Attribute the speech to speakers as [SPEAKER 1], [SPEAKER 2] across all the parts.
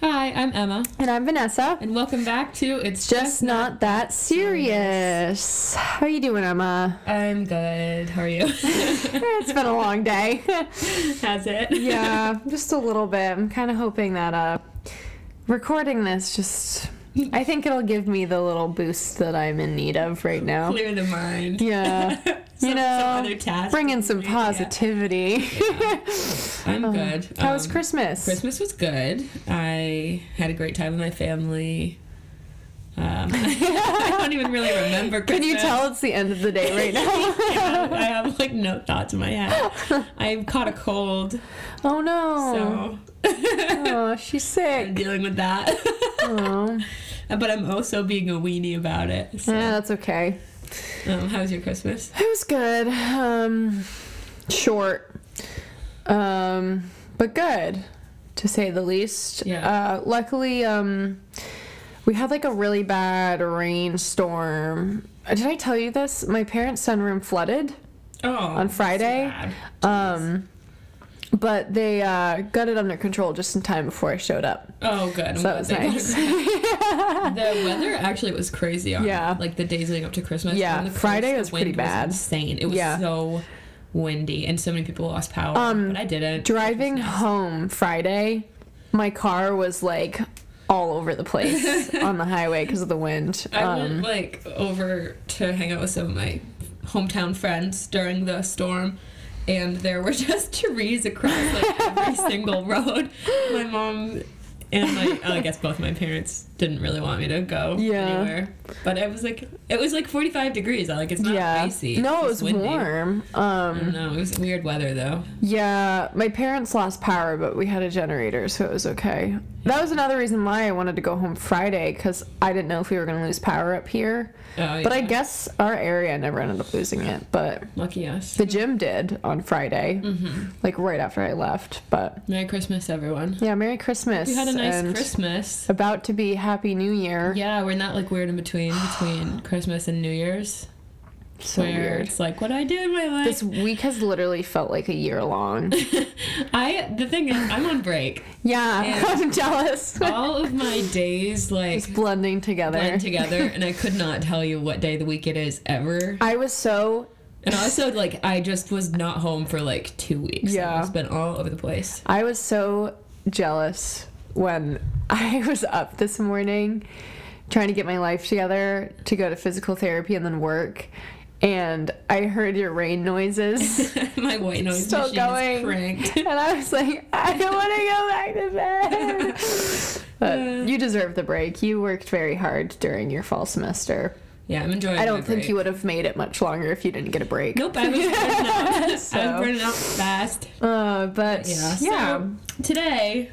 [SPEAKER 1] Hi, I'm Emma,
[SPEAKER 2] And I'm Vanessa.
[SPEAKER 1] and welcome back to It's
[SPEAKER 2] Just, not that serious. How are you doing, Emma?
[SPEAKER 1] I'm good. How are you?
[SPEAKER 2] it's been a long day.
[SPEAKER 1] Has it?
[SPEAKER 2] yeah, just a little bit. I'm kind of hoping that uh, recording this just, I think it'll give me the little boost that I'm in need of right now.
[SPEAKER 1] Clear the mind.
[SPEAKER 2] Yeah.
[SPEAKER 1] Some-
[SPEAKER 2] you
[SPEAKER 1] some
[SPEAKER 2] know,
[SPEAKER 1] other task
[SPEAKER 2] bring in some
[SPEAKER 1] maybe, yeah.
[SPEAKER 2] positivity.
[SPEAKER 1] I'm good.
[SPEAKER 2] How was
[SPEAKER 1] Um,
[SPEAKER 2] Christmas?
[SPEAKER 1] Christmas was good. I had a great time with my family. Um, I don't even really remember. Christmas.
[SPEAKER 2] Can you tell it's the end of the day right now?
[SPEAKER 1] I have like no thoughts in my head. I caught a cold,
[SPEAKER 2] oh no.
[SPEAKER 1] so
[SPEAKER 2] Oh, she's
[SPEAKER 1] I'm
[SPEAKER 2] sick.
[SPEAKER 1] dealing with that.
[SPEAKER 2] Oh.
[SPEAKER 1] but I'm also being a weenie about it. So,
[SPEAKER 2] Yeah, that's okay.
[SPEAKER 1] um, how was your Christmas?
[SPEAKER 2] It was good. Um, short, um, but good, to say the least.
[SPEAKER 1] Yeah.
[SPEAKER 2] Uh, luckily, um, we had like a really bad rainstorm. Uh, Did I tell you this? My parents' sunroom flooded,
[SPEAKER 1] Oh, on
[SPEAKER 2] Friday? um, but they uh, got it under control just in time before I showed up.
[SPEAKER 1] Oh, good. I'm
[SPEAKER 2] So
[SPEAKER 1] glad
[SPEAKER 2] that was
[SPEAKER 1] they got
[SPEAKER 2] nice.
[SPEAKER 1] it. the weather actually was crazy on
[SPEAKER 2] Yeah.
[SPEAKER 1] like the days leading up to Christmas.
[SPEAKER 2] Yeah,
[SPEAKER 1] On the coast,
[SPEAKER 2] Friday
[SPEAKER 1] the
[SPEAKER 2] was pretty
[SPEAKER 1] wind
[SPEAKER 2] bad.
[SPEAKER 1] insane. It was
[SPEAKER 2] Yeah.
[SPEAKER 1] so windy, and so many people lost power.
[SPEAKER 2] Um,
[SPEAKER 1] but I didn't.
[SPEAKER 2] Driving home Friday, my car was like all over the place on the highway because of the wind.
[SPEAKER 1] I
[SPEAKER 2] Um,
[SPEAKER 1] went like over to hang out with some of my hometown friends during the storm. And there were just trees across like every single road. My mom and my, oh, I guess both my parents didn't really want me to go
[SPEAKER 2] Yeah.
[SPEAKER 1] anywhere. But I was like, it was like 45 degrees. I like it's not
[SPEAKER 2] yeah.
[SPEAKER 1] icy.
[SPEAKER 2] No, it
[SPEAKER 1] it's
[SPEAKER 2] was
[SPEAKER 1] windy. Mm.
[SPEAKER 2] warm.
[SPEAKER 1] I
[SPEAKER 2] Um,
[SPEAKER 1] don't know. It was weird weather though.
[SPEAKER 2] yeah, my parents lost power, but we had a generator, so it was okay. That was another reason why I wanted to go home Friday because I didn't know if we were going to lose power up here.
[SPEAKER 1] Oh,
[SPEAKER 2] But I
[SPEAKER 1] yeah.
[SPEAKER 2] guess our area never ended up losing it, but
[SPEAKER 1] lucky us.
[SPEAKER 2] the gym did on Friday,
[SPEAKER 1] Mm-hmm.
[SPEAKER 2] like right after I left. But
[SPEAKER 1] Merry Christmas, everyone.
[SPEAKER 2] yeah, Merry Christmas.
[SPEAKER 1] We had a nice
[SPEAKER 2] and
[SPEAKER 1] Christmas.
[SPEAKER 2] About to be Happy New Year.
[SPEAKER 1] Yeah, we're not like weird in between between Christmas and New Year's.
[SPEAKER 2] so
[SPEAKER 1] where
[SPEAKER 2] weird.
[SPEAKER 1] it's like, what do I do in my life?
[SPEAKER 2] This week has literally felt like a year long.
[SPEAKER 1] I the thing is, I'm on break.
[SPEAKER 2] Yeah, I'm jealous.
[SPEAKER 1] All of my days like
[SPEAKER 2] It's blending together.
[SPEAKER 1] blend together, and I could not tell you what day of the week it is ever.
[SPEAKER 2] I was so
[SPEAKER 1] And also, like, I just was not home for like two weeks.
[SPEAKER 2] Yeah.
[SPEAKER 1] it's been all over the place.
[SPEAKER 2] I was so jealous when I was up this morning trying to get my life together to go to physical therapy and then work and I heard your rain noises
[SPEAKER 1] my white noise
[SPEAKER 2] Still
[SPEAKER 1] machine
[SPEAKER 2] going.
[SPEAKER 1] is cranked.
[SPEAKER 2] and I was like I don't want to go back to bed. But you deserve the break. You worked very hard during your fall semester.
[SPEAKER 1] Yeah, I'm enjoying.
[SPEAKER 2] I
[SPEAKER 1] my
[SPEAKER 2] don't think
[SPEAKER 1] break.
[SPEAKER 2] you would have made it much longer if you didn't get a break.
[SPEAKER 1] Nope, I was burning out. I
[SPEAKER 2] So.
[SPEAKER 1] was burning out fast.
[SPEAKER 2] Uh, but
[SPEAKER 1] Yeah.
[SPEAKER 2] yeah.
[SPEAKER 1] so today,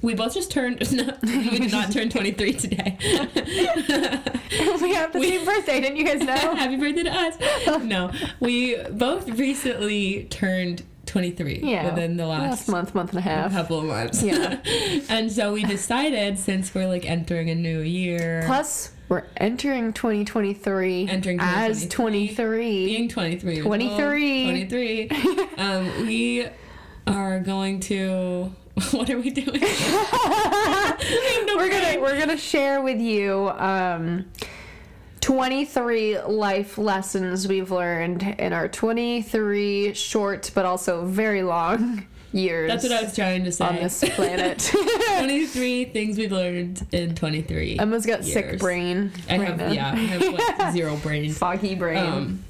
[SPEAKER 1] we both just turned. No, we did not turn 23 today.
[SPEAKER 2] we have the same birthday, didn't you guys know?
[SPEAKER 1] Happy birthday to us. No, we both recently turned 23
[SPEAKER 2] Yeah.
[SPEAKER 1] within the last,
[SPEAKER 2] Last month, month and a half.
[SPEAKER 1] couple of months.
[SPEAKER 2] Yeah.
[SPEAKER 1] and so we decided since we're like entering a new year,
[SPEAKER 2] Plus, we're entering 2023
[SPEAKER 1] Entering
[SPEAKER 2] as 23.
[SPEAKER 1] being 23,
[SPEAKER 2] 23.
[SPEAKER 1] 23, um, we are going to. What are we doing?
[SPEAKER 2] we're gonna we're gonna share with you um, 23 life lessons we've learned in our 23 short but also very long years
[SPEAKER 1] That's what I was trying to say.
[SPEAKER 2] on this planet.
[SPEAKER 1] 23 things we've learned in 23.
[SPEAKER 2] Emma's got sick
[SPEAKER 1] Years.
[SPEAKER 2] brain.
[SPEAKER 1] I
[SPEAKER 2] right
[SPEAKER 1] have,
[SPEAKER 2] now.
[SPEAKER 1] yeah, I have like zero brain.
[SPEAKER 2] foggy brain.
[SPEAKER 1] Um,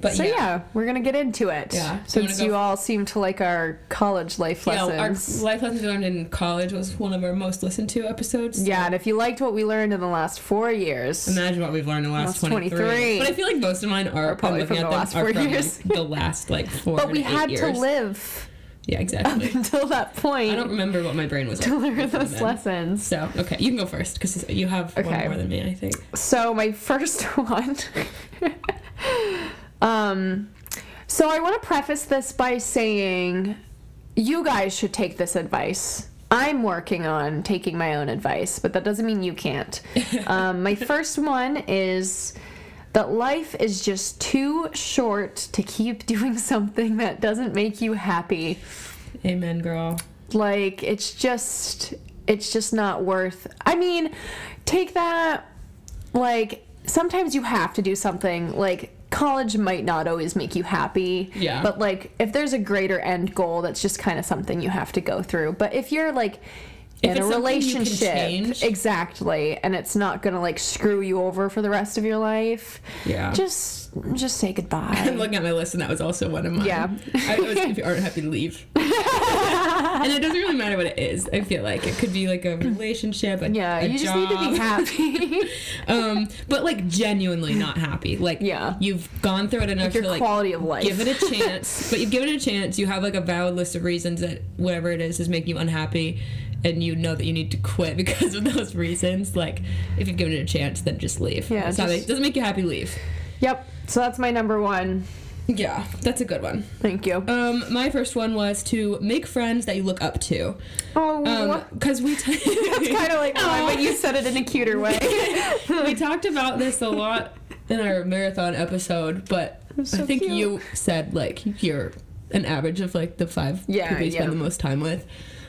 [SPEAKER 1] but
[SPEAKER 2] so yeah.
[SPEAKER 1] yeah.
[SPEAKER 2] we're gonna get into it.
[SPEAKER 1] Yeah. So you
[SPEAKER 2] Since
[SPEAKER 1] wanna
[SPEAKER 2] you
[SPEAKER 1] go-
[SPEAKER 2] all seem to like our college life
[SPEAKER 1] Yeah, our
[SPEAKER 2] lessons.
[SPEAKER 1] life lessons we learned in college was one of our most listened to episodes.
[SPEAKER 2] Yeah, and if you liked what we learned in the last four years,
[SPEAKER 1] Imagine what we've learned in the last
[SPEAKER 2] Last
[SPEAKER 1] 23.
[SPEAKER 2] 23.
[SPEAKER 1] But I feel like most of mine are,
[SPEAKER 2] probably
[SPEAKER 1] I'm looking
[SPEAKER 2] from
[SPEAKER 1] at
[SPEAKER 2] the
[SPEAKER 1] them,
[SPEAKER 2] last
[SPEAKER 1] are
[SPEAKER 2] four
[SPEAKER 1] from, like,
[SPEAKER 2] years.
[SPEAKER 1] the last like four
[SPEAKER 2] but
[SPEAKER 1] to
[SPEAKER 2] we
[SPEAKER 1] eight
[SPEAKER 2] had to
[SPEAKER 1] years.
[SPEAKER 2] live
[SPEAKER 1] Yeah, exactly.
[SPEAKER 2] until that point
[SPEAKER 1] I don't remember what my brain was
[SPEAKER 2] to
[SPEAKER 1] like.
[SPEAKER 2] learn those
[SPEAKER 1] then.
[SPEAKER 2] lessons.
[SPEAKER 1] So, okay, you can go first because you have one
[SPEAKER 2] Okay.
[SPEAKER 1] more than me, I think.
[SPEAKER 2] So my first one. um, so I want to preface this by saying, you guys should take this advice. I'm working on taking my own advice, but that doesn't mean you can't. Um, my first one is that life is just too short to keep doing something that doesn't make you happy
[SPEAKER 1] Amen, girl.
[SPEAKER 2] like it's just it's just not worth. I mean, take that like sometimes you have to do something like college might not always make you happy
[SPEAKER 1] Yeah.
[SPEAKER 2] but like if there's a greater end goal that's just kind of something you have to go through but if you're like
[SPEAKER 1] If
[SPEAKER 2] in a
[SPEAKER 1] it's something you can
[SPEAKER 2] relationship
[SPEAKER 1] change.
[SPEAKER 2] exactly and it's not gonna like screw you over for the rest of your life
[SPEAKER 1] Yeah.
[SPEAKER 2] just just say
[SPEAKER 1] I'm
[SPEAKER 2] goodbye
[SPEAKER 1] looking at my list, and that was also one of mine.
[SPEAKER 2] Yeah.
[SPEAKER 1] I was if you aren't happy, leave. and it doesn't really matter what it is. I feel like it could be like a relationship. A,
[SPEAKER 2] yeah
[SPEAKER 1] a
[SPEAKER 2] you just need to be
[SPEAKER 1] job.
[SPEAKER 2] happy
[SPEAKER 1] Um, but like genuinely not happy. Like
[SPEAKER 2] Yeah.
[SPEAKER 1] you've gone through it enough
[SPEAKER 2] your
[SPEAKER 1] to like
[SPEAKER 2] quality of life
[SPEAKER 1] give it a chance. but you've given it a chance. You have like a valid list of reasons that whatever it is is making you unhappy, and you know that you need to quit because of those reasons. Like if you've given it a chance, then just leave.
[SPEAKER 2] Yeah,
[SPEAKER 1] It's not-
[SPEAKER 2] just-
[SPEAKER 1] it doesn't make you happy, leave.
[SPEAKER 2] yep so that's my number one
[SPEAKER 1] Yeah, that's a good one.
[SPEAKER 2] thank you
[SPEAKER 1] Um, my first one was to make friends that you look up to.
[SPEAKER 2] oh
[SPEAKER 1] Um, because we t-
[SPEAKER 2] it's kind of like mine,
[SPEAKER 1] Aw.
[SPEAKER 2] but you said it in a cuter way
[SPEAKER 1] we talked about this a lot in our marathon episode, but
[SPEAKER 2] so
[SPEAKER 1] I think
[SPEAKER 2] cute.
[SPEAKER 1] you said like you're an average of like the five
[SPEAKER 2] Yeah,
[SPEAKER 1] people you
[SPEAKER 2] yeah.
[SPEAKER 1] spend the most time with,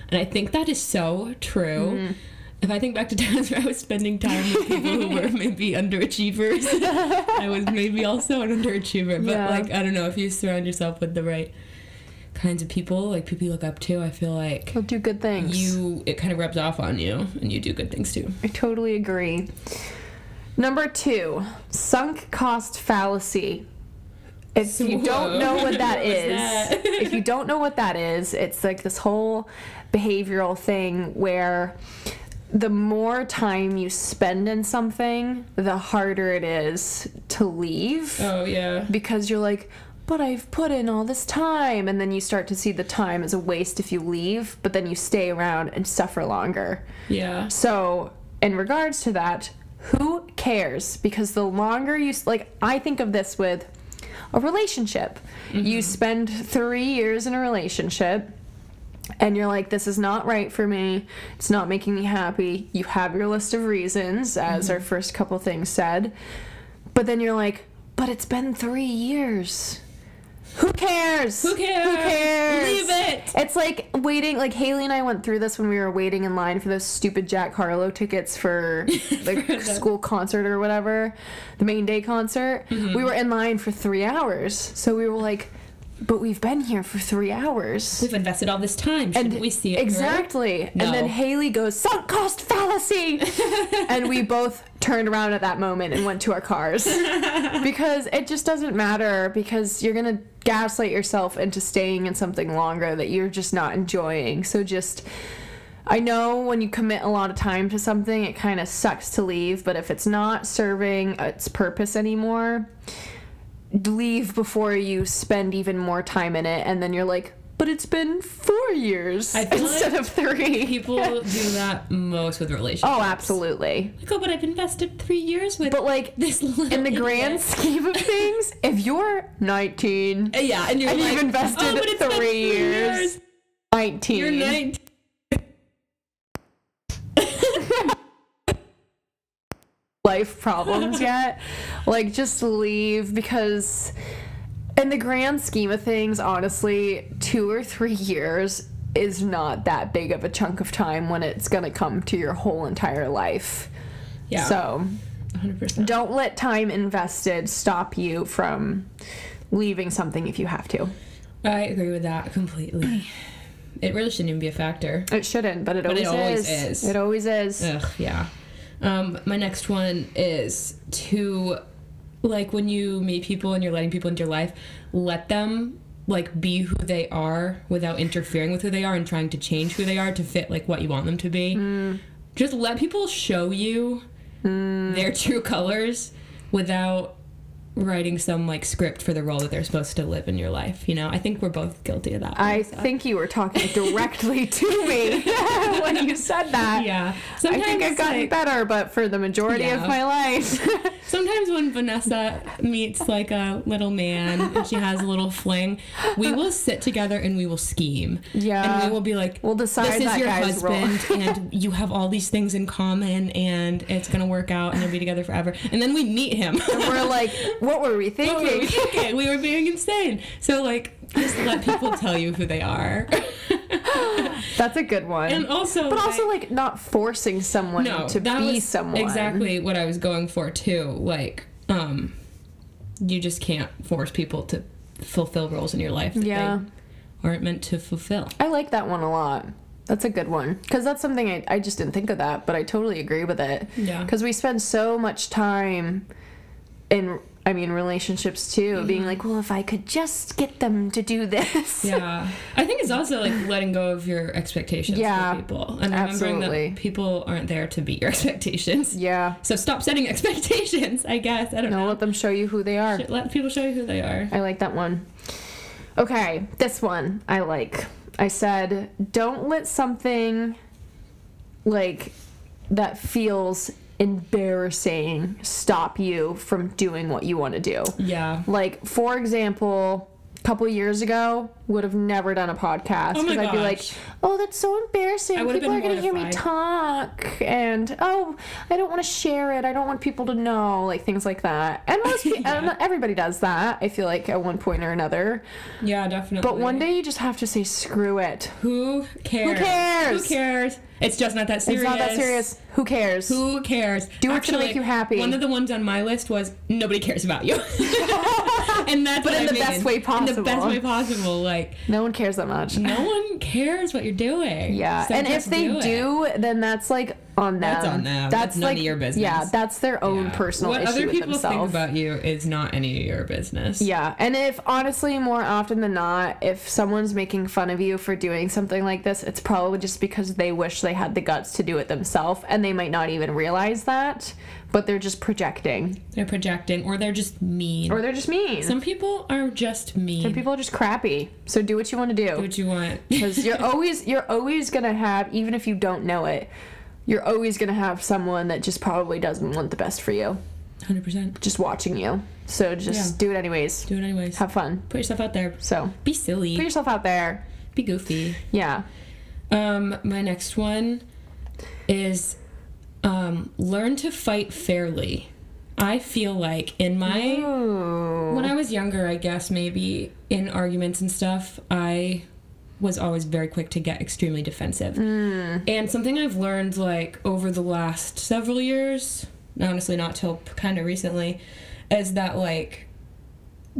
[SPEAKER 1] and I think that is so true.
[SPEAKER 2] Mm-hmm.
[SPEAKER 1] If I think back to times where I was spending time with people who were maybe underachievers, I was maybe also an underachiever. But
[SPEAKER 2] Yeah.
[SPEAKER 1] like I don't know if you surround yourself with the right kinds of people, like people you look up to, I feel like
[SPEAKER 2] They'll do good things.
[SPEAKER 1] you it kind of rubs off on you, and you do good things too.
[SPEAKER 2] I totally agree. Number two, sunk cost fallacy. If you don't
[SPEAKER 1] Whoa.
[SPEAKER 2] know what that
[SPEAKER 1] What was
[SPEAKER 2] is,
[SPEAKER 1] that?
[SPEAKER 2] if you don't know what that is, it's like this whole behavioral thing where the more time you spend in something, the harder it is to leave
[SPEAKER 1] Oh yeah.
[SPEAKER 2] because you're like, but I've put in all this time. And then you start to see the time as a waste if you leave, but then you stay around and suffer longer.
[SPEAKER 1] Yeah.
[SPEAKER 2] So, in regards to that, who cares? Because the longer you, s- like, I think of this with a relationship.
[SPEAKER 1] Mm-hmm.
[SPEAKER 2] You spend three years in a relationship and you're like, this is not right for me. It's not making me happy. You have your list of reasons, as
[SPEAKER 1] Mm-hmm.
[SPEAKER 2] our first couple things said. But then you're like, but it's been three years. Who cares?
[SPEAKER 1] Who cares?
[SPEAKER 2] Who cares?
[SPEAKER 1] Leave it.
[SPEAKER 2] It's like waiting. Like Haley and I went through this when we were waiting in line for those stupid Jack Harlow tickets for the school concert or whatever, the main day concert. We were in line for three hours, so we were like, "But we've been here for three hours."
[SPEAKER 1] We've invested all this time. Shouldn't
[SPEAKER 2] And
[SPEAKER 1] we see it through?
[SPEAKER 2] exactly. And then
[SPEAKER 1] No.
[SPEAKER 2] Haley goes, "Sunk cost fallacy," and we both turned around at that moment and went to our cars because it just doesn't matter because you're gonna gaslight yourself into staying in something longer that you're just not enjoying. So just. I know when you commit a lot of time to something, it kind of sucks to leave, but if it's not serving its purpose anymore, leave before you spend even more time in it and then you're like but it's been four years
[SPEAKER 1] I feel
[SPEAKER 2] instead of three
[SPEAKER 1] People do that most with relationships.
[SPEAKER 2] oh absolutely
[SPEAKER 1] Like, oh, but I've invested three years with
[SPEAKER 2] but like
[SPEAKER 1] this little
[SPEAKER 2] in the
[SPEAKER 1] idiot.
[SPEAKER 2] grand scheme of things if you're 19
[SPEAKER 1] Uh, Yeah, and you're
[SPEAKER 2] And you've
[SPEAKER 1] like,
[SPEAKER 2] invested
[SPEAKER 1] oh, but it's been
[SPEAKER 2] three years." 19
[SPEAKER 1] You're 19.
[SPEAKER 2] life problems yet. Like, just leave because, in the grand scheme of things, honestly, two or three years is not that big of a chunk of time when it's going to come to your whole entire life.
[SPEAKER 1] Yeah,
[SPEAKER 2] So,
[SPEAKER 1] 100%.
[SPEAKER 2] don't let time invested stop you from leaving something if you have to.
[SPEAKER 1] I agree with that completely. It really shouldn't even be a factor.
[SPEAKER 2] It shouldn't, but it,
[SPEAKER 1] But
[SPEAKER 2] always,
[SPEAKER 1] it always
[SPEAKER 2] is.
[SPEAKER 1] is.
[SPEAKER 2] It always is.
[SPEAKER 1] Ugh, yeah. Um, my next one is to, like, when you meet people and you're letting people into your life, let them like be who they are without interfering with who they are and trying to change who they are to fit like what you want them to be. Just let people show you their true colors without writing some like script for the role that they're supposed to live in your life. You know, I think we're both guilty of that.
[SPEAKER 2] I think you were talking directly to me when you said that.
[SPEAKER 1] yeah.
[SPEAKER 2] I think I've gotten
[SPEAKER 1] like-
[SPEAKER 2] better, but for the majority
[SPEAKER 1] Yeah.
[SPEAKER 2] of my life,
[SPEAKER 1] Sometimes when Vanessa meets like a little man and she has a little fling, we will sit together and we will scheme.
[SPEAKER 2] Uh-huh. Yeah.
[SPEAKER 1] And we will be like,
[SPEAKER 2] We'll decide
[SPEAKER 1] this is
[SPEAKER 2] that
[SPEAKER 1] your
[SPEAKER 2] guy's role."
[SPEAKER 1] husband and you have all these things in common and it's going to work out and you'll be together forever. And then we meet him.
[SPEAKER 2] we're like, what were
[SPEAKER 1] What
[SPEAKER 2] we
[SPEAKER 1] were we
[SPEAKER 2] thinking?
[SPEAKER 1] thinking? We were being insane. So like, just let people tell you who they are.
[SPEAKER 2] That's a good one.
[SPEAKER 1] and also,
[SPEAKER 2] but also like not forcing someone
[SPEAKER 1] no,
[SPEAKER 2] to
[SPEAKER 1] that
[SPEAKER 2] be
[SPEAKER 1] was
[SPEAKER 2] someone.
[SPEAKER 1] exactly what I was going for too. Like, um, you just can't force people to fulfill roles in your life that
[SPEAKER 2] Yeah.
[SPEAKER 1] they aren't meant to fulfill.
[SPEAKER 2] I like that one a lot. That's a good one because that's something I, I just didn't think of that, but I totally agree with it.
[SPEAKER 1] Yeah.
[SPEAKER 2] Because we spend so much time in, I mean, relationships too,
[SPEAKER 1] Mm-hmm.
[SPEAKER 2] being like, well, if I could just get them to do this.
[SPEAKER 1] yeah i think it's also like letting go of your expectations
[SPEAKER 2] Yeah,
[SPEAKER 1] for people and remembering
[SPEAKER 2] absolutely.
[SPEAKER 1] that people aren't there to meet your expectations
[SPEAKER 2] Yeah.
[SPEAKER 1] so stop setting expectations i guess i don't
[SPEAKER 2] No,
[SPEAKER 1] know
[SPEAKER 2] let them show you who they are.
[SPEAKER 1] Should let people show you who they are
[SPEAKER 2] I like that one. Okay, this one I like. I said, don't let something like that feels embarrassing stop you from doing what you want to do.
[SPEAKER 1] yeah
[SPEAKER 2] Like, for example, a couple years ago, would have never done a podcast
[SPEAKER 1] Oh my
[SPEAKER 2] I'd be like,
[SPEAKER 1] gosh.
[SPEAKER 2] "Oh, that's so embarrassing.
[SPEAKER 1] I
[SPEAKER 2] People are
[SPEAKER 1] would've been
[SPEAKER 2] going to hear me
[SPEAKER 1] mortified.
[SPEAKER 2] talk." And, "Oh, I don't want to share it. I don't want people to know." Like things like that. And most people,
[SPEAKER 1] Yeah.
[SPEAKER 2] everybody does that. I feel like at one point or another.
[SPEAKER 1] yeah definitely
[SPEAKER 2] But one day you just have to say, "Screw it.
[SPEAKER 1] who cares
[SPEAKER 2] cares?
[SPEAKER 1] who cares it's just not that serious
[SPEAKER 2] It's not that serious. Who cares?"
[SPEAKER 1] who cares
[SPEAKER 2] Do what's gonna make you happy.
[SPEAKER 1] one of the ones on my list was nobody cares about you and that's
[SPEAKER 2] But
[SPEAKER 1] what
[SPEAKER 2] in
[SPEAKER 1] I
[SPEAKER 2] the best
[SPEAKER 1] mean.
[SPEAKER 2] way
[SPEAKER 1] in the
[SPEAKER 2] possible.
[SPEAKER 1] best way possible like
[SPEAKER 2] no one cares that much.
[SPEAKER 1] no one cares what you're doing
[SPEAKER 2] Yeah,
[SPEAKER 1] So
[SPEAKER 2] and if
[SPEAKER 1] just
[SPEAKER 2] they
[SPEAKER 1] do it.
[SPEAKER 2] do, then that's like on them.
[SPEAKER 1] That's on them. That's none of your business.
[SPEAKER 2] Yeah, that's their own
[SPEAKER 1] Yeah.
[SPEAKER 2] personal
[SPEAKER 1] what
[SPEAKER 2] issue
[SPEAKER 1] other
[SPEAKER 2] with
[SPEAKER 1] people think
[SPEAKER 2] themselves.
[SPEAKER 1] about you is not any of your business
[SPEAKER 2] yeah, and if honestly, more often than not, if someone's making fun of you for doing something like this, it's probably just because they wish they had the guts to do it themselves, and they might not even realize that, but they're just projecting,
[SPEAKER 1] they're projecting or they're just mean
[SPEAKER 2] or they're just mean. Some,
[SPEAKER 1] some people are just mean
[SPEAKER 2] people are just crappy. So do what you want to
[SPEAKER 1] do
[SPEAKER 2] do,
[SPEAKER 1] what you want
[SPEAKER 2] because you're always you're always gonna have, even if you don't know it, you're always gonna have someone that just probably doesn't want the best for you.
[SPEAKER 1] 100%
[SPEAKER 2] just watching you. So just
[SPEAKER 1] Yeah.
[SPEAKER 2] do it anyways.
[SPEAKER 1] do it anyways
[SPEAKER 2] Have fun.
[SPEAKER 1] put yourself out there
[SPEAKER 2] So
[SPEAKER 1] be
[SPEAKER 2] put
[SPEAKER 1] silly
[SPEAKER 2] yourself out there.
[SPEAKER 1] be goofy
[SPEAKER 2] Yeah.
[SPEAKER 1] um my next one is um learn to fight fairly i feel like in my
[SPEAKER 2] Ooh.
[SPEAKER 1] When I was younger, I guess maybe in arguments and stuff, I was always very quick to get extremely defensive. And something I've learned like over the last several years, honestly not till kind of recently, is that like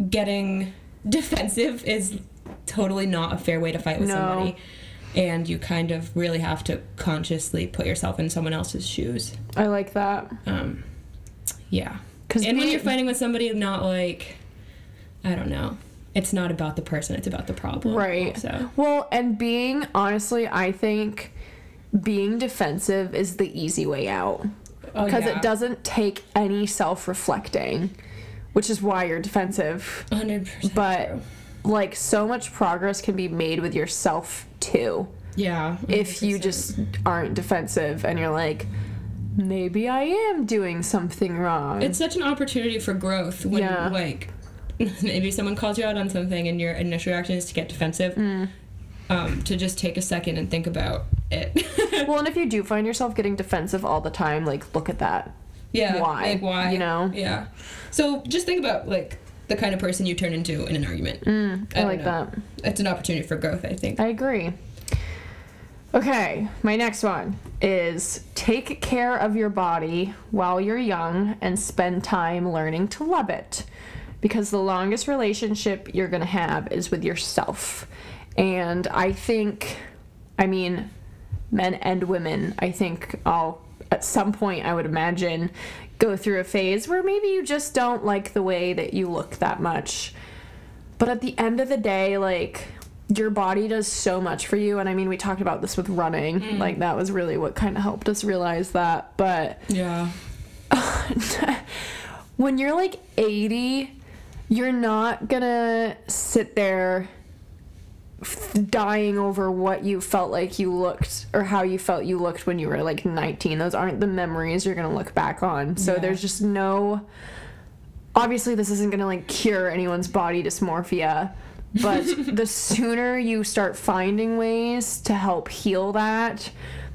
[SPEAKER 1] getting defensive is totally not a fair way to fight with
[SPEAKER 2] No.
[SPEAKER 1] somebody. And you kind of really have to consciously put yourself in someone else's shoes.
[SPEAKER 2] I like that.
[SPEAKER 1] Um, yeah.
[SPEAKER 2] Because
[SPEAKER 1] And when you're fighting with somebody, not like, I don't know. It's not about the person, it's about the problem.
[SPEAKER 2] Right.
[SPEAKER 1] So,
[SPEAKER 2] Well, and being honestly, I think being defensive is the easy way out
[SPEAKER 1] oh,
[SPEAKER 2] because
[SPEAKER 1] yeah.
[SPEAKER 2] it doesn't take any self-reflecting, which is why you're defensive.
[SPEAKER 1] 100%.
[SPEAKER 2] But
[SPEAKER 1] true.
[SPEAKER 2] like so much progress can be made with yourself too.
[SPEAKER 1] yeah.
[SPEAKER 2] if you
[SPEAKER 1] 100%.
[SPEAKER 2] just aren't defensive and you're like, maybe I am doing something wrong.
[SPEAKER 1] It's such an opportunity for growth when,
[SPEAKER 2] Yeah.
[SPEAKER 1] like, maybe someone calls you out on something and your initial reaction is to get defensive,
[SPEAKER 2] Mm.
[SPEAKER 1] um, to just take a second and think about it.
[SPEAKER 2] well, and if you do find yourself getting defensive all the time, like, look at that.
[SPEAKER 1] yeah.
[SPEAKER 2] Why?
[SPEAKER 1] Like, why?
[SPEAKER 2] You know?
[SPEAKER 1] Yeah. So just think about, like, the kind of person you turn into in an argument.
[SPEAKER 2] Mm, I,
[SPEAKER 1] don't
[SPEAKER 2] like
[SPEAKER 1] know.
[SPEAKER 2] that.
[SPEAKER 1] It's an opportunity for growth, I think.
[SPEAKER 2] I agree. Okay, my next one is take care of your body while you're young and spend time learning to love it. Because the longest relationship you're going to have is with yourself. And I think, I mean, men and women, I think all at some point, I would imagine, go through a phase where maybe you just don't like the way that you look that much. But at the end of the day, like your body does so much for you. And I mean, we talked about this with running. Like that was really what kind of helped us realize that. But
[SPEAKER 1] Yeah.
[SPEAKER 2] when you're like 80, you're not gonna sit there f- dying over what you felt like you looked or how you felt you looked when you were like 19. Those aren't the memories you're gonna look back on. So
[SPEAKER 1] Yeah.
[SPEAKER 2] there's just no. Obviously, this isn't gonna like cure anyone's body dysmorphia. But the sooner you start finding ways to help heal that,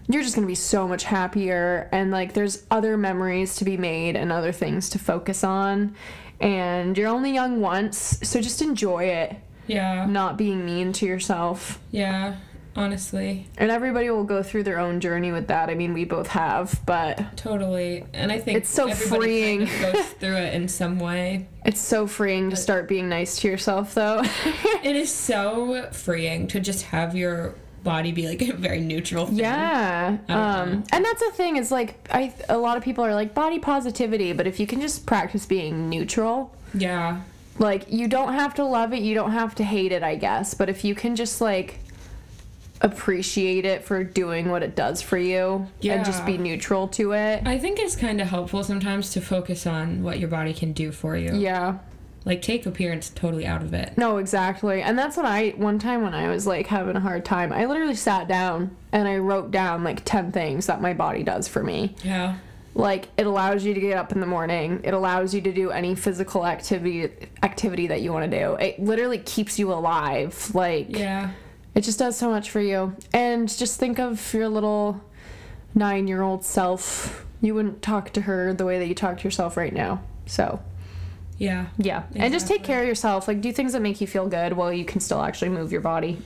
[SPEAKER 2] you're just gonna be so much happier. And like, there's other memories to be made and other things to focus on. And you're only young once, so just enjoy it
[SPEAKER 1] Yeah.
[SPEAKER 2] not being mean to yourself.
[SPEAKER 1] Yeah. honestly.
[SPEAKER 2] And everybody will go through their own journey with that. I mean, we both have, but
[SPEAKER 1] Totally. And I think
[SPEAKER 2] It's so
[SPEAKER 1] everybody kind
[SPEAKER 2] freeing.
[SPEAKER 1] of goes through it in some way.
[SPEAKER 2] it's so freeing to start being nice to yourself, though.
[SPEAKER 1] It is so freeing to just have your body be like a very neutral thing.
[SPEAKER 2] yeah.
[SPEAKER 1] I don't
[SPEAKER 2] Um, and that's the thing is like, I a lot of people are like body positivity, but if you can just practice being neutral,
[SPEAKER 1] Yeah.
[SPEAKER 2] like you don't have to love it, you don't have to hate it, I guess. But if you can just like appreciate it for doing what it does for you and just
[SPEAKER 1] Yeah.
[SPEAKER 2] be neutral to it.
[SPEAKER 1] I think it's kind of helpful sometimes to focus on what your body can do for you.
[SPEAKER 2] yeah.
[SPEAKER 1] Like take appearance totally out of it.
[SPEAKER 2] No, exactly. And that's what I one time when I was like having a hard time, I literally sat down and I wrote down like 10 things that my body does for me.
[SPEAKER 1] Yeah.
[SPEAKER 2] Like it allows you to get up in the morning. It allows you to do any physical activity activity that you want to do. It literally keeps you alive. Like
[SPEAKER 1] Yeah.
[SPEAKER 2] it just does so much for you. And just think of your little 9-year-old self. You wouldn't talk to her the way that you talk to yourself right now. So,
[SPEAKER 1] Yeah.
[SPEAKER 2] yeah. And just take care of yourself. Like, do things that make you feel good while you can still actually move your body.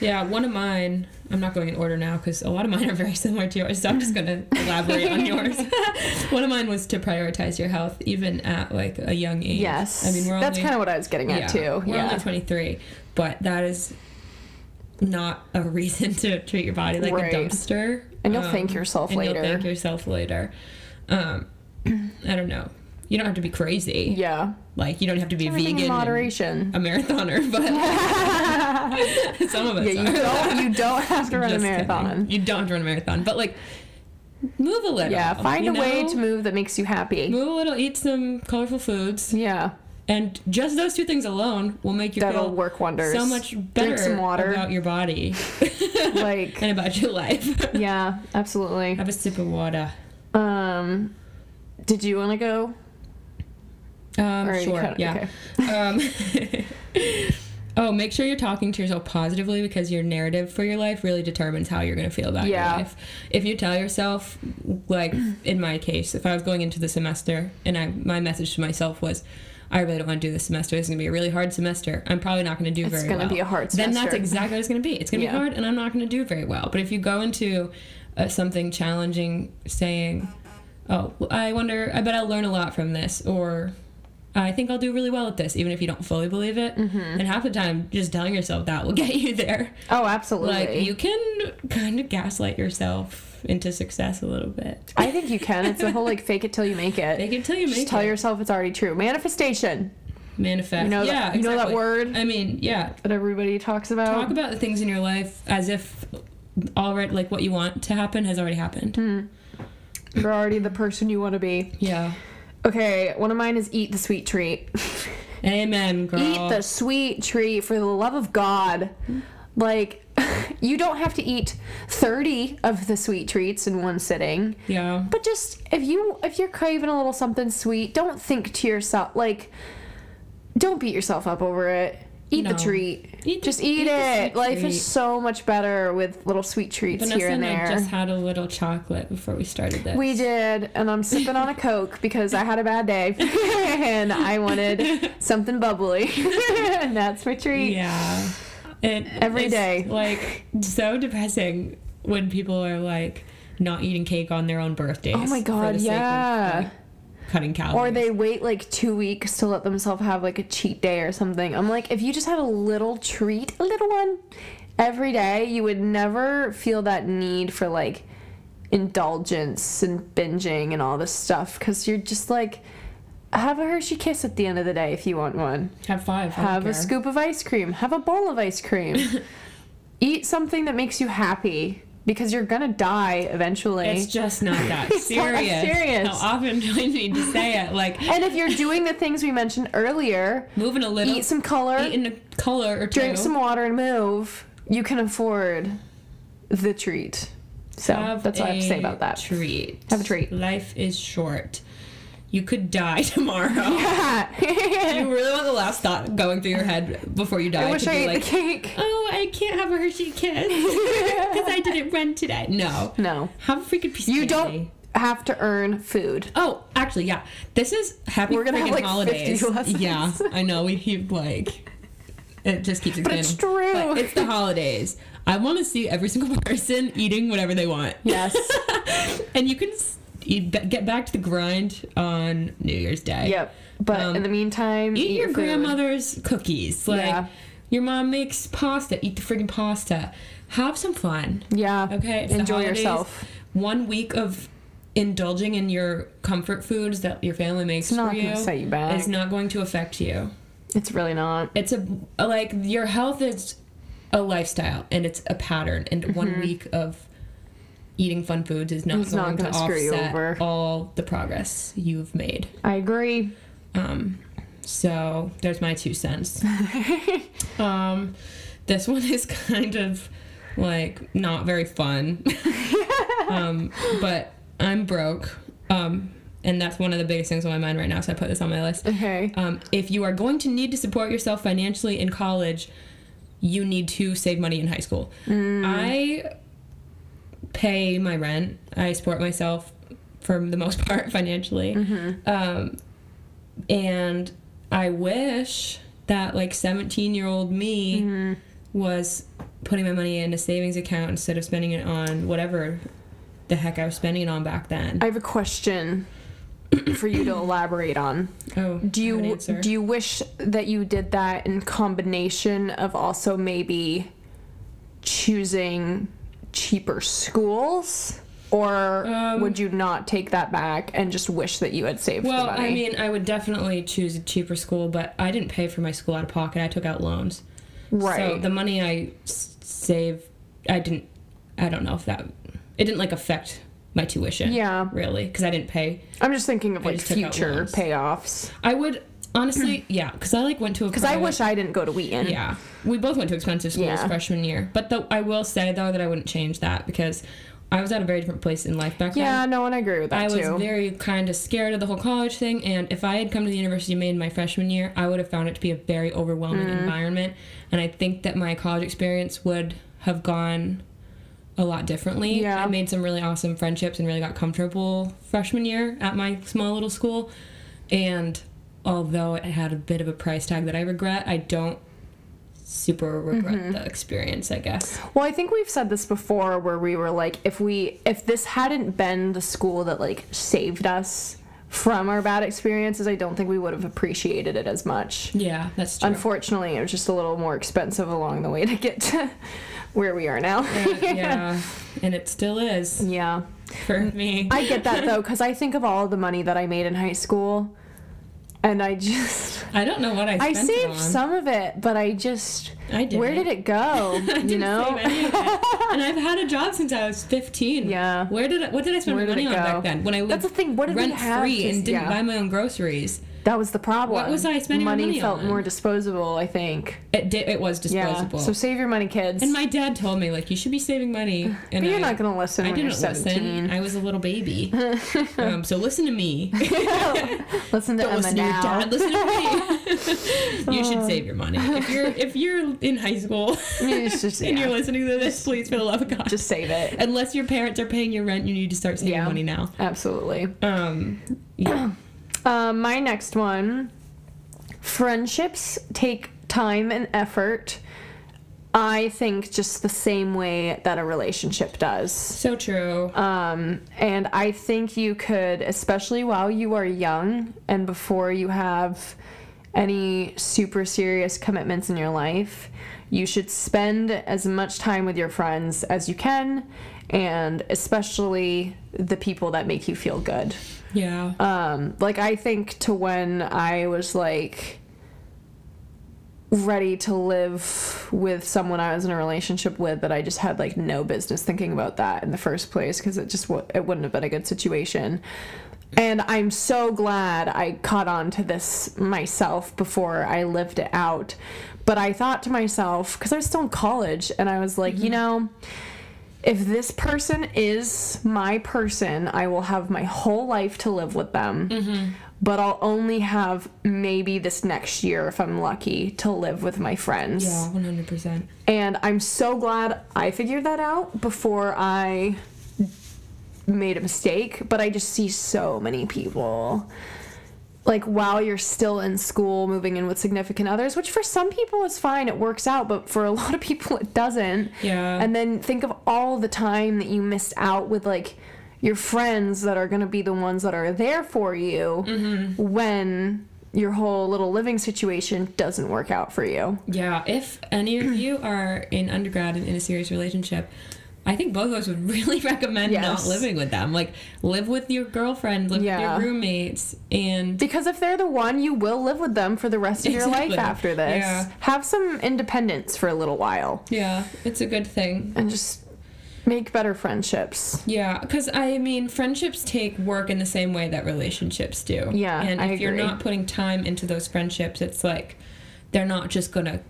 [SPEAKER 1] Yeah, one of mine, I'm not going in order now because a lot of mine are very similar to yours, so I'm just going to elaborate on yours. one of mine was to prioritize your health even at like a young age.
[SPEAKER 2] yes.
[SPEAKER 1] I mean, we're
[SPEAKER 2] That's
[SPEAKER 1] only,
[SPEAKER 2] kind of what I was getting at, too.
[SPEAKER 1] We're
[SPEAKER 2] yeah.
[SPEAKER 1] only 23, but that is not a reason to treat your body like
[SPEAKER 2] Right.
[SPEAKER 1] a dumpster. Um,
[SPEAKER 2] And you'll thank yourself
[SPEAKER 1] and
[SPEAKER 2] later.
[SPEAKER 1] You'll thank yourself later. Um, I don't know. You don't have to be crazy.
[SPEAKER 2] yeah.
[SPEAKER 1] Like you don't have to be
[SPEAKER 2] Everything
[SPEAKER 1] vegan,
[SPEAKER 2] in
[SPEAKER 1] and
[SPEAKER 2] moderation.
[SPEAKER 1] a marathoner, but some of us
[SPEAKER 2] Yeah, you
[SPEAKER 1] are.
[SPEAKER 2] don't, you don't have to run a
[SPEAKER 1] Oh, Just kidding.
[SPEAKER 2] marathon.
[SPEAKER 1] You don't have to run a marathon, but like move a little.
[SPEAKER 2] Yeah, find
[SPEAKER 1] you
[SPEAKER 2] a way
[SPEAKER 1] know?
[SPEAKER 2] to move that makes you happy.
[SPEAKER 1] Move a little, eat some colorful foods,
[SPEAKER 2] Yeah,
[SPEAKER 1] and just those two things alone will make you
[SPEAKER 2] that'll
[SPEAKER 1] feel
[SPEAKER 2] work wonders.
[SPEAKER 1] so much better
[SPEAKER 2] Drink some water.
[SPEAKER 1] about your body
[SPEAKER 2] like,
[SPEAKER 1] and about your life.
[SPEAKER 2] yeah, absolutely.
[SPEAKER 1] Have a sip of water.
[SPEAKER 2] Um, did you want to go?
[SPEAKER 1] Um,
[SPEAKER 2] Or you
[SPEAKER 1] sure.
[SPEAKER 2] kinda-
[SPEAKER 1] yeah. Um, oh, make sure you're talking to yourself positively because your narrative for your life really determines how you're going to feel about
[SPEAKER 2] Yeah.
[SPEAKER 1] your life. If you tell yourself, like in my case, if I was going into the semester and I my message to myself was, I really don't want to do this semester. This is going to be a really hard semester. I'm probably not going to do
[SPEAKER 2] It's
[SPEAKER 1] very well.
[SPEAKER 2] gonna be a hard
[SPEAKER 1] Then that's
[SPEAKER 2] semester.
[SPEAKER 1] exactly what it's going to be. It's going to
[SPEAKER 2] Yeah.
[SPEAKER 1] be hard, and I'm not going to do very well. But if you go into uh, something challenging, saying, "Oh, well, I wonder. I bet I'll learn a lot from this," or "I think I'll do really well at this," even if you don't fully believe it.
[SPEAKER 2] Mm-hmm.
[SPEAKER 1] And half the time, just telling yourself that will get you there.
[SPEAKER 2] Oh, absolutely.
[SPEAKER 1] Like you can kind of gaslight yourself into success a little bit.
[SPEAKER 2] I think you can. It's the whole like fake it till you make it.
[SPEAKER 1] They can tell you
[SPEAKER 2] Just
[SPEAKER 1] make
[SPEAKER 2] tell
[SPEAKER 1] it.
[SPEAKER 2] yourself it's already true. Manifestation
[SPEAKER 1] manifest.
[SPEAKER 2] You know that-
[SPEAKER 1] yeah,
[SPEAKER 2] you know that
[SPEAKER 1] exactly.
[SPEAKER 2] word?
[SPEAKER 1] I mean, yeah.
[SPEAKER 2] that everybody talks about.
[SPEAKER 1] Talk about the things in your life as if already like what you want to happen has already happened.
[SPEAKER 2] Hmm. You're already the person you want to be.
[SPEAKER 1] Yeah.
[SPEAKER 2] Okay, one of mine is eat the sweet treat.
[SPEAKER 1] Amen, girl.
[SPEAKER 2] Eat the sweet treat for the love of God. Like, you don't have to eat 30 of the sweet treats in one sitting.
[SPEAKER 1] yeah.
[SPEAKER 2] But just if you if you're craving a little something sweet, don't think to yourself like don't beat yourself up over it. Eat the
[SPEAKER 1] No.
[SPEAKER 2] treat.
[SPEAKER 1] Eat the-
[SPEAKER 2] just eat,
[SPEAKER 1] eat the
[SPEAKER 2] it.
[SPEAKER 1] sweet
[SPEAKER 2] Life
[SPEAKER 1] treat.
[SPEAKER 2] is so much better with little sweet treats
[SPEAKER 1] Vanessa
[SPEAKER 2] here and
[SPEAKER 1] and I
[SPEAKER 2] there.
[SPEAKER 1] just had a little chocolate before we started this.
[SPEAKER 2] We did, and I'm sipping on a Coke because I had a bad day and I wanted something bubbly. and that's my treat.
[SPEAKER 1] Yeah. It,
[SPEAKER 2] Every
[SPEAKER 1] it's,
[SPEAKER 2] day.
[SPEAKER 1] Like so depressing when people are like not eating cake on their own birthdays.
[SPEAKER 2] Oh my
[SPEAKER 1] for
[SPEAKER 2] god,
[SPEAKER 1] the sake of,
[SPEAKER 2] yeah.
[SPEAKER 1] like, cutting calories.
[SPEAKER 2] or they wait like two weeks to let themselves have like a cheat day or something. I'm like, if you just had a little treat, a little one, every day, you would never feel that need for like indulgence and binging and all this stuff because you're just like, have a Hershey kiss at the end of the day if you want one.
[SPEAKER 1] have five. I don't
[SPEAKER 2] Have a
[SPEAKER 1] care.
[SPEAKER 2] scoop of ice cream. Have a bowl of ice cream. Eat something that makes you happy because you're gonna die eventually.
[SPEAKER 1] It's just not that
[SPEAKER 2] not that
[SPEAKER 1] serious.
[SPEAKER 2] serious.
[SPEAKER 1] How often do I need to say it? Like
[SPEAKER 2] and if you're doing the things we mentioned earlier,
[SPEAKER 1] moving a little,
[SPEAKER 2] eat some color,
[SPEAKER 1] eating a color or two.
[SPEAKER 2] drink some water, and move, you can afford the treat. So
[SPEAKER 1] Have
[SPEAKER 2] that's all I have to say
[SPEAKER 1] a
[SPEAKER 2] about that.
[SPEAKER 1] Treat.
[SPEAKER 2] Have a treat.
[SPEAKER 1] Life is short. You could die tomorrow.
[SPEAKER 2] I
[SPEAKER 1] you really want the last thought going through your head before you die
[SPEAKER 2] wish
[SPEAKER 1] to
[SPEAKER 2] I
[SPEAKER 1] be
[SPEAKER 2] ate
[SPEAKER 1] like,
[SPEAKER 2] the cake.
[SPEAKER 1] oh, I can't have a Hershey kiss because I didn't run today. No,
[SPEAKER 2] No,
[SPEAKER 1] have a freaking piece.
[SPEAKER 2] you
[SPEAKER 1] of
[SPEAKER 2] don't
[SPEAKER 1] candy.
[SPEAKER 2] have to earn food.
[SPEAKER 1] Oh, actually, yeah. This is happy
[SPEAKER 2] We're gonna have,
[SPEAKER 1] freaking
[SPEAKER 2] like, 50
[SPEAKER 1] holidays.
[SPEAKER 2] lessons.
[SPEAKER 1] yeah, I know. We keep like It just keeps
[SPEAKER 2] But
[SPEAKER 1] expanding.
[SPEAKER 2] it's true.
[SPEAKER 1] But it's the holidays. I want to see every single person eating whatever they want.
[SPEAKER 2] yes.
[SPEAKER 1] And you can s- eat, b- get back to the grind on New Year's Day.
[SPEAKER 2] Yep. But
[SPEAKER 1] Um,
[SPEAKER 2] in the meantime,
[SPEAKER 1] Eat, your
[SPEAKER 2] food.
[SPEAKER 1] grandmother's cookies. Like,
[SPEAKER 2] Yeah.
[SPEAKER 1] your mom makes pasta. Eat the friggin' pasta. Have some fun.
[SPEAKER 2] Yeah.
[SPEAKER 1] Okay. It's the
[SPEAKER 2] Enjoy
[SPEAKER 1] holidays.
[SPEAKER 2] yourself.
[SPEAKER 1] One week of indulging in your comfort foods that your family makes
[SPEAKER 2] It's not
[SPEAKER 1] for you
[SPEAKER 2] gonna set you back.
[SPEAKER 1] is not going to affect you.
[SPEAKER 2] It's really not.
[SPEAKER 1] It's a like your health is a lifestyle and it's a pattern, and one week of eating fun foods is not
[SPEAKER 2] Mm-hmm. It's
[SPEAKER 1] going
[SPEAKER 2] not
[SPEAKER 1] to
[SPEAKER 2] gonna screw you
[SPEAKER 1] offset
[SPEAKER 2] over.
[SPEAKER 1] all the progress you've made.
[SPEAKER 2] I agree.
[SPEAKER 1] Um, so there's my two cents. um, this one is kind of like not very fun. um, but I'm broke. Um, and that's one of the biggest things on my mind right now, so I put this on my list.
[SPEAKER 2] Okay.
[SPEAKER 1] Um, if you are going to need to support yourself financially in college, you need to save money in high school.
[SPEAKER 2] Mm-hmm. Mm.
[SPEAKER 1] I pay my rent. I support myself for the most part financially.
[SPEAKER 2] Mm-hmm. Mm.
[SPEAKER 1] Um, and I wish that like 17 year old me
[SPEAKER 2] Mm. Mm-hmm.
[SPEAKER 1] was putting my money in a savings account instead of spending it on whatever the heck I was spending it on back then.
[SPEAKER 2] I have a question for you to elaborate on.
[SPEAKER 1] oh, I
[SPEAKER 2] Do
[SPEAKER 1] have
[SPEAKER 2] you
[SPEAKER 1] an answer.
[SPEAKER 2] do you wish that you did that in combination of also maybe choosing cheaper schools or
[SPEAKER 1] Um,
[SPEAKER 2] would you not take that back and just wish that you had saved
[SPEAKER 1] Well,
[SPEAKER 2] the money?
[SPEAKER 1] I mean, I would definitely choose a cheaper school, but I didn't pay for my school out of pocket. I took out loans. So
[SPEAKER 2] right.
[SPEAKER 1] the money I s- save, I didn't. I don't know if that it didn't like affect my tuition.
[SPEAKER 2] yeah.
[SPEAKER 1] Really, because I didn't pay.
[SPEAKER 2] I'm just thinking of like
[SPEAKER 1] just took out
[SPEAKER 2] future
[SPEAKER 1] loans.
[SPEAKER 2] payoffs.
[SPEAKER 1] I would honestly, yeah, because I like went to a.
[SPEAKER 2] Because Mm. I wish I didn't go to Wheaton.
[SPEAKER 1] Yeah, we both went to expensive schools
[SPEAKER 2] Yeah.
[SPEAKER 1] freshman year, but though I will say though that I wouldn't change that because I was at a very different place in life back then.
[SPEAKER 2] Yeah, no, and I agree with that
[SPEAKER 1] I
[SPEAKER 2] too.
[SPEAKER 1] was very kind of scared of the whole college thing, and if I had come to the University of Maine my freshman year, I would have found it to be a very overwhelming
[SPEAKER 2] Mm-hmm.
[SPEAKER 1] environment, and I think that my college experience would have gone a lot differently.
[SPEAKER 2] Yeah.
[SPEAKER 1] I made some really awesome friendships and really got comfortable freshman year at my small little school, and although it had a bit of a price tag that I regret, I don't super regret
[SPEAKER 2] Mm-hmm.
[SPEAKER 1] the experience, I guess.
[SPEAKER 2] Well, I think we've said this before where we were like if we if this hadn't been the school that like saved us from our bad experiences, I don't think we would have appreciated it as much.
[SPEAKER 1] Yeah, that's true.
[SPEAKER 2] Unfortunately, it was just a little more expensive along the way to get to where we are now.
[SPEAKER 1] yeah, and it still is
[SPEAKER 2] yeah.
[SPEAKER 1] for me.
[SPEAKER 2] I get that though cuz I think of all the money that I made in high school and I just
[SPEAKER 1] I don't know what I
[SPEAKER 2] I
[SPEAKER 1] spent it
[SPEAKER 2] saved
[SPEAKER 1] on.
[SPEAKER 2] some of it, but I just
[SPEAKER 1] I did.
[SPEAKER 2] where did it go? you know?
[SPEAKER 1] and I've had a job since I was 15.
[SPEAKER 2] Yeah.
[SPEAKER 1] Where did I, what did I spend
[SPEAKER 2] Where
[SPEAKER 1] my
[SPEAKER 2] did
[SPEAKER 1] money
[SPEAKER 2] it
[SPEAKER 1] on
[SPEAKER 2] go?
[SPEAKER 1] back then? When I
[SPEAKER 2] That's the
[SPEAKER 1] lived
[SPEAKER 2] thing. What did we
[SPEAKER 1] rent
[SPEAKER 2] have?
[SPEAKER 1] free
[SPEAKER 2] to-
[SPEAKER 1] and didn't
[SPEAKER 2] yeah.
[SPEAKER 1] buy my own groceries.
[SPEAKER 2] That was the problem.
[SPEAKER 1] What was I spending my
[SPEAKER 2] money
[SPEAKER 1] money
[SPEAKER 2] felt
[SPEAKER 1] on?
[SPEAKER 2] more disposable, I think.
[SPEAKER 1] It did. It was
[SPEAKER 2] Yeah.
[SPEAKER 1] disposable.
[SPEAKER 2] So save your money, kids.
[SPEAKER 1] and my dad told me like you should be saving money. And
[SPEAKER 2] but you're
[SPEAKER 1] I,
[SPEAKER 2] not going to listen
[SPEAKER 1] I
[SPEAKER 2] when you're
[SPEAKER 1] didn't listen.
[SPEAKER 2] 17.
[SPEAKER 1] I was a little baby. um, so listen to me.
[SPEAKER 2] listen to
[SPEAKER 1] Don't
[SPEAKER 2] Emma
[SPEAKER 1] listen to your
[SPEAKER 2] now.
[SPEAKER 1] dad. Listen to me. you should save your money. If you're if you're in high school
[SPEAKER 2] It's just,
[SPEAKER 1] and
[SPEAKER 2] yeah.
[SPEAKER 1] you're listening to this, please for the love of God.
[SPEAKER 2] just save it.
[SPEAKER 1] Unless your parents are paying your rent, you need to start saving
[SPEAKER 2] Yeah.
[SPEAKER 1] money now.
[SPEAKER 2] Absolutely.
[SPEAKER 1] Um, yeah.
[SPEAKER 2] Um, my next one friendships take time and effort. I think just the same way that a relationship does.
[SPEAKER 1] so true.
[SPEAKER 2] Um, and I think you could, especially while you are young and before you have any super serious commitments in your life, you should spend as much time with your friends as you can, and especially the people that make you feel good.
[SPEAKER 1] yeah.
[SPEAKER 2] Um, like, I think to when I was like ready to live with someone I was in a relationship with, but I just had like no business thinking about that in the first place because it just w- it wouldn't have been a good situation. And I'm so glad I caught on to this myself before I lived it out. But I thought to myself because I was still in college, and I was like, you know. If this person is my person, I will have my whole life to live with them but I'll only have maybe this next year if I'm lucky to live with my friends.
[SPEAKER 1] yeah, 100%.
[SPEAKER 2] And I'm so glad I figured that out before I made a mistake, but I just see so many people like while you're still in school moving in with significant others which for some people is fine it works out but for a lot of people it doesn't
[SPEAKER 1] Yeah.
[SPEAKER 2] and then think of all the time that you missed out with like your friends that are going to be the ones that are there for you when your whole little living situation doesn't work out for you
[SPEAKER 1] Yeah, if any of you are in undergrad and in a serious relationship, I think both of us would really recommend
[SPEAKER 2] Yes.
[SPEAKER 1] not living with them. Like, live with your girlfriend, live
[SPEAKER 2] Yeah.
[SPEAKER 1] with your roommates, and
[SPEAKER 2] because if they're the one you will live with them for the rest of your
[SPEAKER 1] Exactly.
[SPEAKER 2] life after this
[SPEAKER 1] Yeah.
[SPEAKER 2] have some independence for a little while
[SPEAKER 1] yeah, it's a good thing.
[SPEAKER 2] and just make better friendships
[SPEAKER 1] Yeah, because I mean, friendships take work in the same way that relationships do.
[SPEAKER 2] Yeah,
[SPEAKER 1] and
[SPEAKER 2] I
[SPEAKER 1] if you're
[SPEAKER 2] agree.
[SPEAKER 1] not putting time into those friendships, it's like they're not just gonna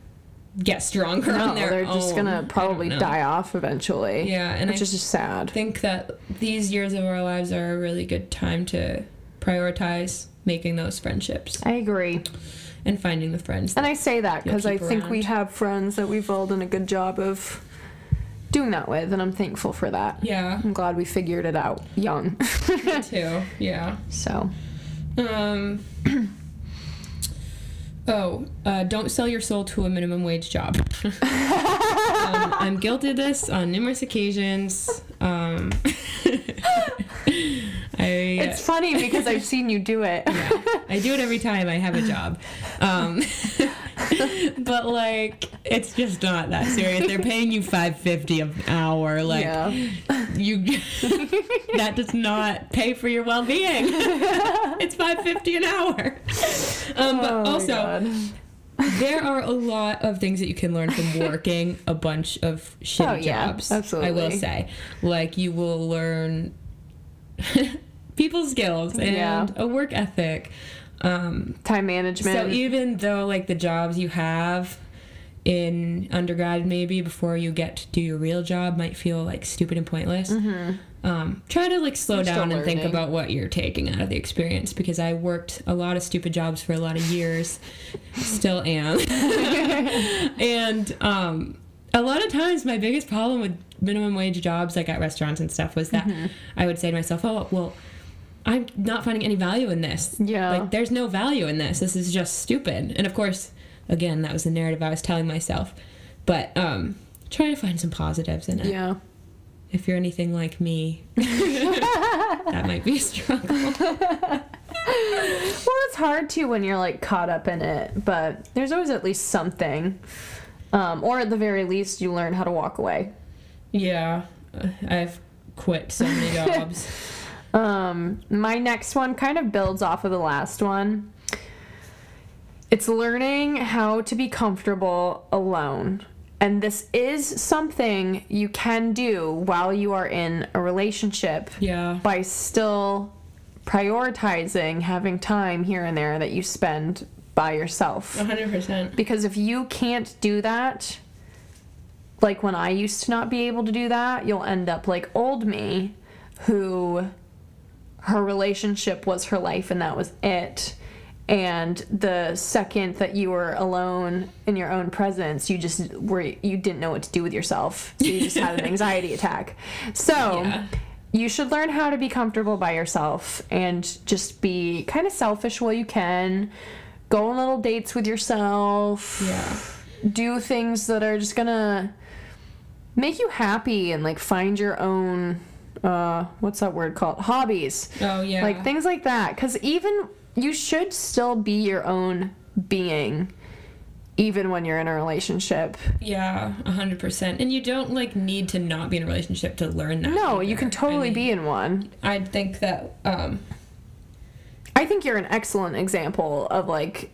[SPEAKER 1] get stronger
[SPEAKER 2] No,
[SPEAKER 1] on their
[SPEAKER 2] they're
[SPEAKER 1] own.
[SPEAKER 2] just
[SPEAKER 1] I
[SPEAKER 2] gonna
[SPEAKER 1] don't
[SPEAKER 2] probably
[SPEAKER 1] know.
[SPEAKER 2] die off eventually.
[SPEAKER 1] Yeah, and
[SPEAKER 2] which
[SPEAKER 1] I
[SPEAKER 2] is just sad.
[SPEAKER 1] think that these years of our lives are a really good time to prioritize making those friendships
[SPEAKER 2] I agree,
[SPEAKER 1] and finding the friends.
[SPEAKER 2] and I say that
[SPEAKER 1] You'll
[SPEAKER 2] because I
[SPEAKER 1] keep
[SPEAKER 2] think we
[SPEAKER 1] around.
[SPEAKER 2] have friends that we've all done a good job of doing that with, and I'm thankful for that.
[SPEAKER 1] yeah,
[SPEAKER 2] I'm glad we figured it out young.
[SPEAKER 1] me too. Yeah.
[SPEAKER 2] so
[SPEAKER 1] Um. Oh, uh, don't sell your soul to a minimum wage job. um, I'm guilty of this on numerous occasions. Um, I
[SPEAKER 2] it's funny because I've seen you do it.
[SPEAKER 1] yeah. I do it every time I have a job. Um, but like, it's just not that serious. They're paying you five fifty an hour. Like, um,
[SPEAKER 2] yeah,
[SPEAKER 1] you that does not pay for your well being. it's five fifty an hour. Um, but
[SPEAKER 2] Oh my
[SPEAKER 1] also,
[SPEAKER 2] God.
[SPEAKER 1] there are a lot of things that you can learn from working a bunch of shitty
[SPEAKER 2] Oh, yeah,
[SPEAKER 1] jobs. I will
[SPEAKER 2] absolutely.
[SPEAKER 1] say, like you will learn people skills and
[SPEAKER 2] Yeah.
[SPEAKER 1] a work ethic. Um,
[SPEAKER 2] time management.
[SPEAKER 1] so e- even though like the jobs you have in undergrad maybe before you get to do your real job might feel like stupid and pointless. Um, try to like slow
[SPEAKER 2] Mm-hmm. You're still
[SPEAKER 1] down and think
[SPEAKER 2] learning.
[SPEAKER 1] about what you're taking out of the experience because I worked a lot of stupid jobs for a lot of years, still am, and um, a lot of times my biggest problem with minimum wage jobs like at restaurants and stuff was that
[SPEAKER 2] Mm-hmm.
[SPEAKER 1] I would say to myself, oh well, I'm not finding any value in this.
[SPEAKER 2] Yeah.
[SPEAKER 1] Like, there's no value in this. This is just stupid. And of course, again, that was the narrative I was telling myself. But um, try to find some positives in it.
[SPEAKER 2] yeah,
[SPEAKER 1] If you're anything like me, that might be a struggle.
[SPEAKER 2] well, it's hard too when you're like caught up in it, but there's always at least something, um, or at the very least, you learn how to walk away.
[SPEAKER 1] Yeah. Uh, I've quit so many jobs.
[SPEAKER 2] Um, my next one kind of builds off of the last one. It's learning how to be comfortable alone. And this is something you can do while you are in a relationship
[SPEAKER 1] yeah.
[SPEAKER 2] by still prioritizing having time here and there that you spend by yourself.
[SPEAKER 1] 100%.
[SPEAKER 2] Because if you can't do that, like when I used to not be able to do that, you'll end up like old me, who her relationship was her life and that was it. And the second that you were alone in your own presence, you just were you didn't know what to do with yourself. So you just had an anxiety attack. So
[SPEAKER 1] Yeah.
[SPEAKER 2] you should learn how to be comfortable by yourself and just be kind of selfish while you can. Go on little dates with yourself
[SPEAKER 1] Yeah.
[SPEAKER 2] do things that are just gonna make you happy and like find your own uh what's that word called hobbies
[SPEAKER 1] Oh, yeah.
[SPEAKER 2] like things like that because even you should still be your own being even when you're in a relationship
[SPEAKER 1] yeah, 100%. And you don't like need to not be in a relationship to learn that.
[SPEAKER 2] no you can
[SPEAKER 1] either. I
[SPEAKER 2] totally
[SPEAKER 1] mean,
[SPEAKER 2] be in one
[SPEAKER 1] I think that um,
[SPEAKER 2] i think you're an excellent example of like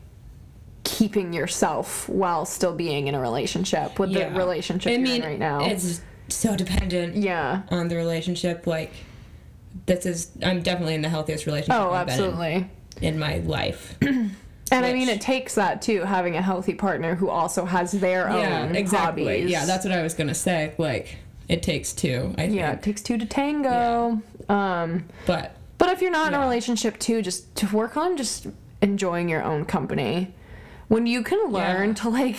[SPEAKER 2] keeping yourself while still being in a relationship with the relationship
[SPEAKER 1] I
[SPEAKER 2] you're
[SPEAKER 1] mean,
[SPEAKER 2] in right now
[SPEAKER 1] It's so dependent
[SPEAKER 2] yeah
[SPEAKER 1] on the relationship. Like, this is I'm definitely in the healthiest relationship.
[SPEAKER 2] oh
[SPEAKER 1] I've been
[SPEAKER 2] absolutely
[SPEAKER 1] in, in my life.
[SPEAKER 2] And I mean,
[SPEAKER 1] which-
[SPEAKER 2] it takes that too, having a healthy partner who also has their
[SPEAKER 1] yeah,
[SPEAKER 2] own
[SPEAKER 1] exactly.
[SPEAKER 2] Oh, hobbies.
[SPEAKER 1] Yeah, that's what I was gonna say. Like, it takes two. I
[SPEAKER 2] yeah. It
[SPEAKER 1] think,
[SPEAKER 2] takes two to tango. Um,
[SPEAKER 1] but
[SPEAKER 2] but if you're not in
[SPEAKER 1] Yeah.
[SPEAKER 2] a relationship too, just to work on just enjoying your own company. When you can learn
[SPEAKER 1] Yeah.
[SPEAKER 2] to like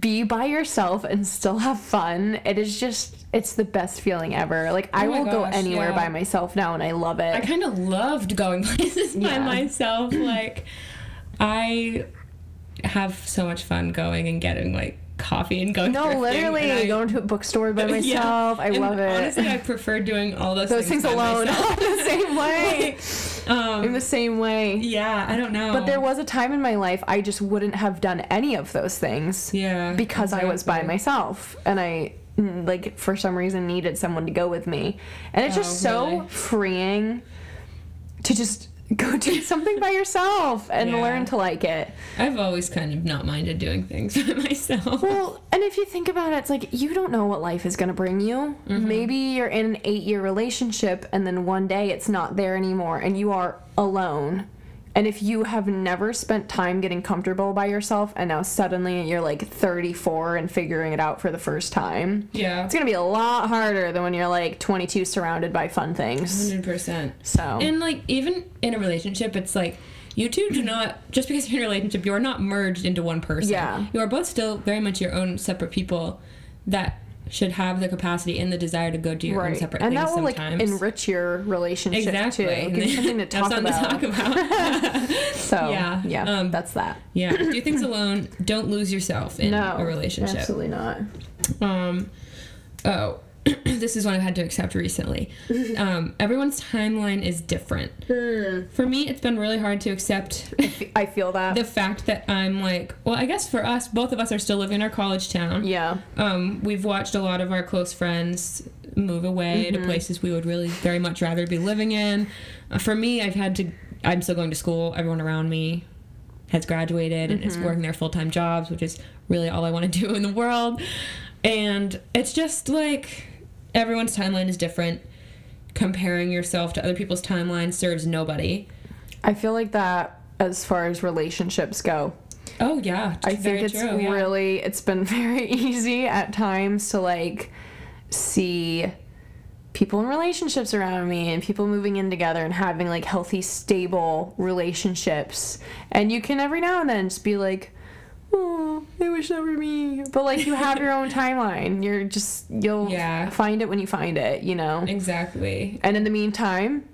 [SPEAKER 2] be by yourself and still have fun, it is just It's the best feeling ever. Like I
[SPEAKER 1] Oh my
[SPEAKER 2] will go
[SPEAKER 1] gosh,
[SPEAKER 2] anywhere
[SPEAKER 1] yeah.
[SPEAKER 2] by myself now, and I love it.
[SPEAKER 1] I kind of loved going places
[SPEAKER 2] Yeah.
[SPEAKER 1] by myself. Like, I have so much fun going and getting like coffee and going.
[SPEAKER 2] no,
[SPEAKER 1] thrifting,
[SPEAKER 2] literally
[SPEAKER 1] and I-
[SPEAKER 2] going to a bookstore by
[SPEAKER 1] Yeah.
[SPEAKER 2] myself. I
[SPEAKER 1] And
[SPEAKER 2] love it.
[SPEAKER 1] Honestly, I prefer doing all those,
[SPEAKER 2] Those things
[SPEAKER 1] by
[SPEAKER 2] alone,
[SPEAKER 1] myself.
[SPEAKER 2] the same way, in
[SPEAKER 1] Um,
[SPEAKER 2] the same way.
[SPEAKER 1] yeah, I don't know.
[SPEAKER 2] But there was a time in my life I just wouldn't have done any of those things
[SPEAKER 1] yeah
[SPEAKER 2] because I was by
[SPEAKER 1] exactly.
[SPEAKER 2] myself and I mm, like for some reason needed someone to go with me. And it's
[SPEAKER 1] Oh,
[SPEAKER 2] just so
[SPEAKER 1] really?
[SPEAKER 2] freeing to just go do something by yourself and
[SPEAKER 1] Yeah.
[SPEAKER 2] learn to like it.
[SPEAKER 1] I've always kind of not minded doing things by myself.
[SPEAKER 2] Well, and if you think about it, it's like you don't know what life is going to bring you.
[SPEAKER 1] Mm-hmm.
[SPEAKER 2] Maybe you're in an 8-year relationship and then one day it's not there anymore and you are alone. And if you have never spent time getting comfortable by yourself and now suddenly you're like 34 and figuring it out for the first time,
[SPEAKER 1] Yeah,
[SPEAKER 2] it's going to be a lot harder than when you're like 22 surrounded by fun things.
[SPEAKER 1] hundred percent.
[SPEAKER 2] So,
[SPEAKER 1] And like even in a relationship, it's like you two do not just because you're in a relationship, you are not merged into one person.
[SPEAKER 2] Yeah.
[SPEAKER 1] You are both still very much your own separate people that should have the capacity and the desire to go do your own
[SPEAKER 2] right.
[SPEAKER 1] separate
[SPEAKER 2] And
[SPEAKER 1] things
[SPEAKER 2] that will like
[SPEAKER 1] sometimes.
[SPEAKER 2] enrich your relationship
[SPEAKER 1] exactly.
[SPEAKER 2] too. Give you something to
[SPEAKER 1] Have
[SPEAKER 2] talk
[SPEAKER 1] something to
[SPEAKER 2] about.
[SPEAKER 1] talk about.
[SPEAKER 2] So, yeah,
[SPEAKER 1] Yeah, um,
[SPEAKER 2] that's that.
[SPEAKER 1] yeah. Do things alone. Don't lose yourself in
[SPEAKER 2] no
[SPEAKER 1] a relationship.
[SPEAKER 2] Absolutely not.
[SPEAKER 1] Um, oh, this is one I've had to accept recently. Um, everyone's timeline is different. For me, it's been really hard to accept
[SPEAKER 2] I feel that.
[SPEAKER 1] the fact that I'm like, well, I guess for us, both of us are still living in our college town.
[SPEAKER 2] yeah.
[SPEAKER 1] Um, we've watched a lot of our close friends move away to places we would really very much rather be living in. Uh, for me, I've had to, I'm still going to school. Everyone around me has graduated and is working their full time jobs, which is really all I want to do in the world. And it's just like everyone's timeline is different. Comparing yourself to other people's timeline serves nobody.
[SPEAKER 2] I feel like that as far as relationships go.
[SPEAKER 1] Oh, yeah.
[SPEAKER 2] I think
[SPEAKER 1] very
[SPEAKER 2] it's
[SPEAKER 1] true, yeah.
[SPEAKER 2] really it's been very easy at times to like see people in relationships around me and people moving in together and having like healthy stable relationships. And you can every now and then just be like Oh, I wish that were me. But like you have your own timeline. You're just you'll
[SPEAKER 1] Yeah.
[SPEAKER 2] find it when you find it, you know.
[SPEAKER 1] Exactly.
[SPEAKER 2] And in the meantime,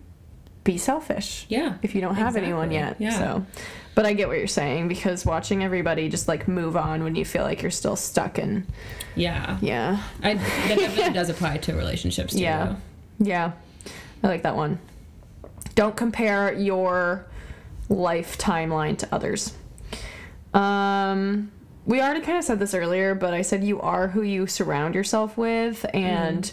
[SPEAKER 2] be selfish.
[SPEAKER 1] Yeah.
[SPEAKER 2] If you don't have anyone yet.
[SPEAKER 1] Exactly, yeah.
[SPEAKER 2] So but I get what you're saying because watching everybody just like move on when you feel like you're still stuck in
[SPEAKER 1] Yeah.
[SPEAKER 2] yeah.
[SPEAKER 1] I, that definitely does apply to relationships too.
[SPEAKER 2] Yeah.
[SPEAKER 1] though.
[SPEAKER 2] Yeah. I like that one. Don't compare your life timeline to others. Um we already kind of said this earlier, but I said you are who you surround yourself with and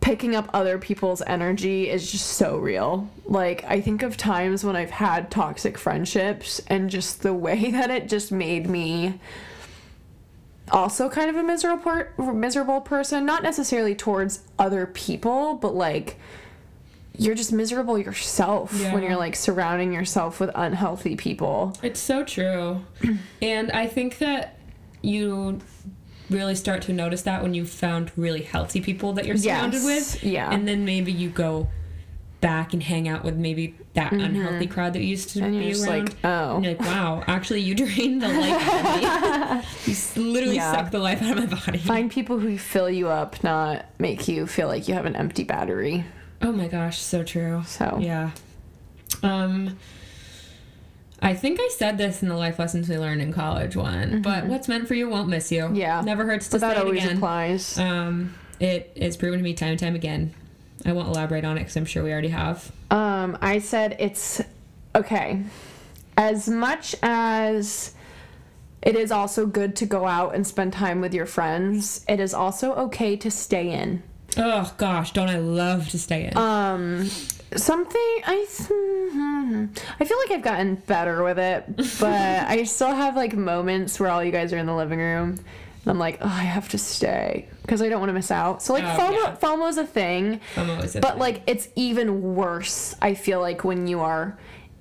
[SPEAKER 2] picking up other people's energy is just so real. Like, I think of times when I've had toxic friendships and just the way that it just made me also kind of a miserable per- miserable person, not necessarily towards other people, but like you're just miserable yourself when
[SPEAKER 1] Yeah.
[SPEAKER 2] you're like surrounding yourself with unhealthy people.
[SPEAKER 1] It's so true. and I think that you really start to notice that when you've found really healthy people that you're surrounded
[SPEAKER 2] Yes,
[SPEAKER 1] with.
[SPEAKER 2] yeah.
[SPEAKER 1] And then maybe you go back and hang out with maybe that unhealthy crowd that you used to
[SPEAKER 2] Mm-hmm. And
[SPEAKER 1] be
[SPEAKER 2] you're just
[SPEAKER 1] around.
[SPEAKER 2] like, oh.
[SPEAKER 1] And you're like, wow, actually, you drained the life out of me. you s- literally
[SPEAKER 2] Yeah.
[SPEAKER 1] sucked the life out of my body.
[SPEAKER 2] Find people who fill you up, not make you feel like you have an empty battery.
[SPEAKER 1] Oh my gosh, so true.
[SPEAKER 2] So,
[SPEAKER 1] Yeah. Um I think I said this in the life lessons we learned in college one, but what's meant for you won't miss you.
[SPEAKER 2] Mm-hmm. Yeah.
[SPEAKER 1] Never hurts to
[SPEAKER 2] but that
[SPEAKER 1] say it
[SPEAKER 2] always
[SPEAKER 1] again.
[SPEAKER 2] applies.
[SPEAKER 1] Um it is proven to me time and time again. I won't elaborate on it cuz I'm sure we already have.
[SPEAKER 2] Um, I said it's okay. As much as it is also good to go out and spend time with your friends, it is also okay to stay in.
[SPEAKER 1] Oh gosh, don't I love to stay in.
[SPEAKER 2] Um, something I th- I feel like I've gotten better with it, but I still have like moments where all you guys are in the living room. And I'm like, oh, I have to stay because I don't want to miss out. So like
[SPEAKER 1] Oh,
[SPEAKER 2] FOMO,
[SPEAKER 1] yeah.
[SPEAKER 2] FOMO is a thing.
[SPEAKER 1] I'm always a
[SPEAKER 2] But like it's even worse, I feel like when you are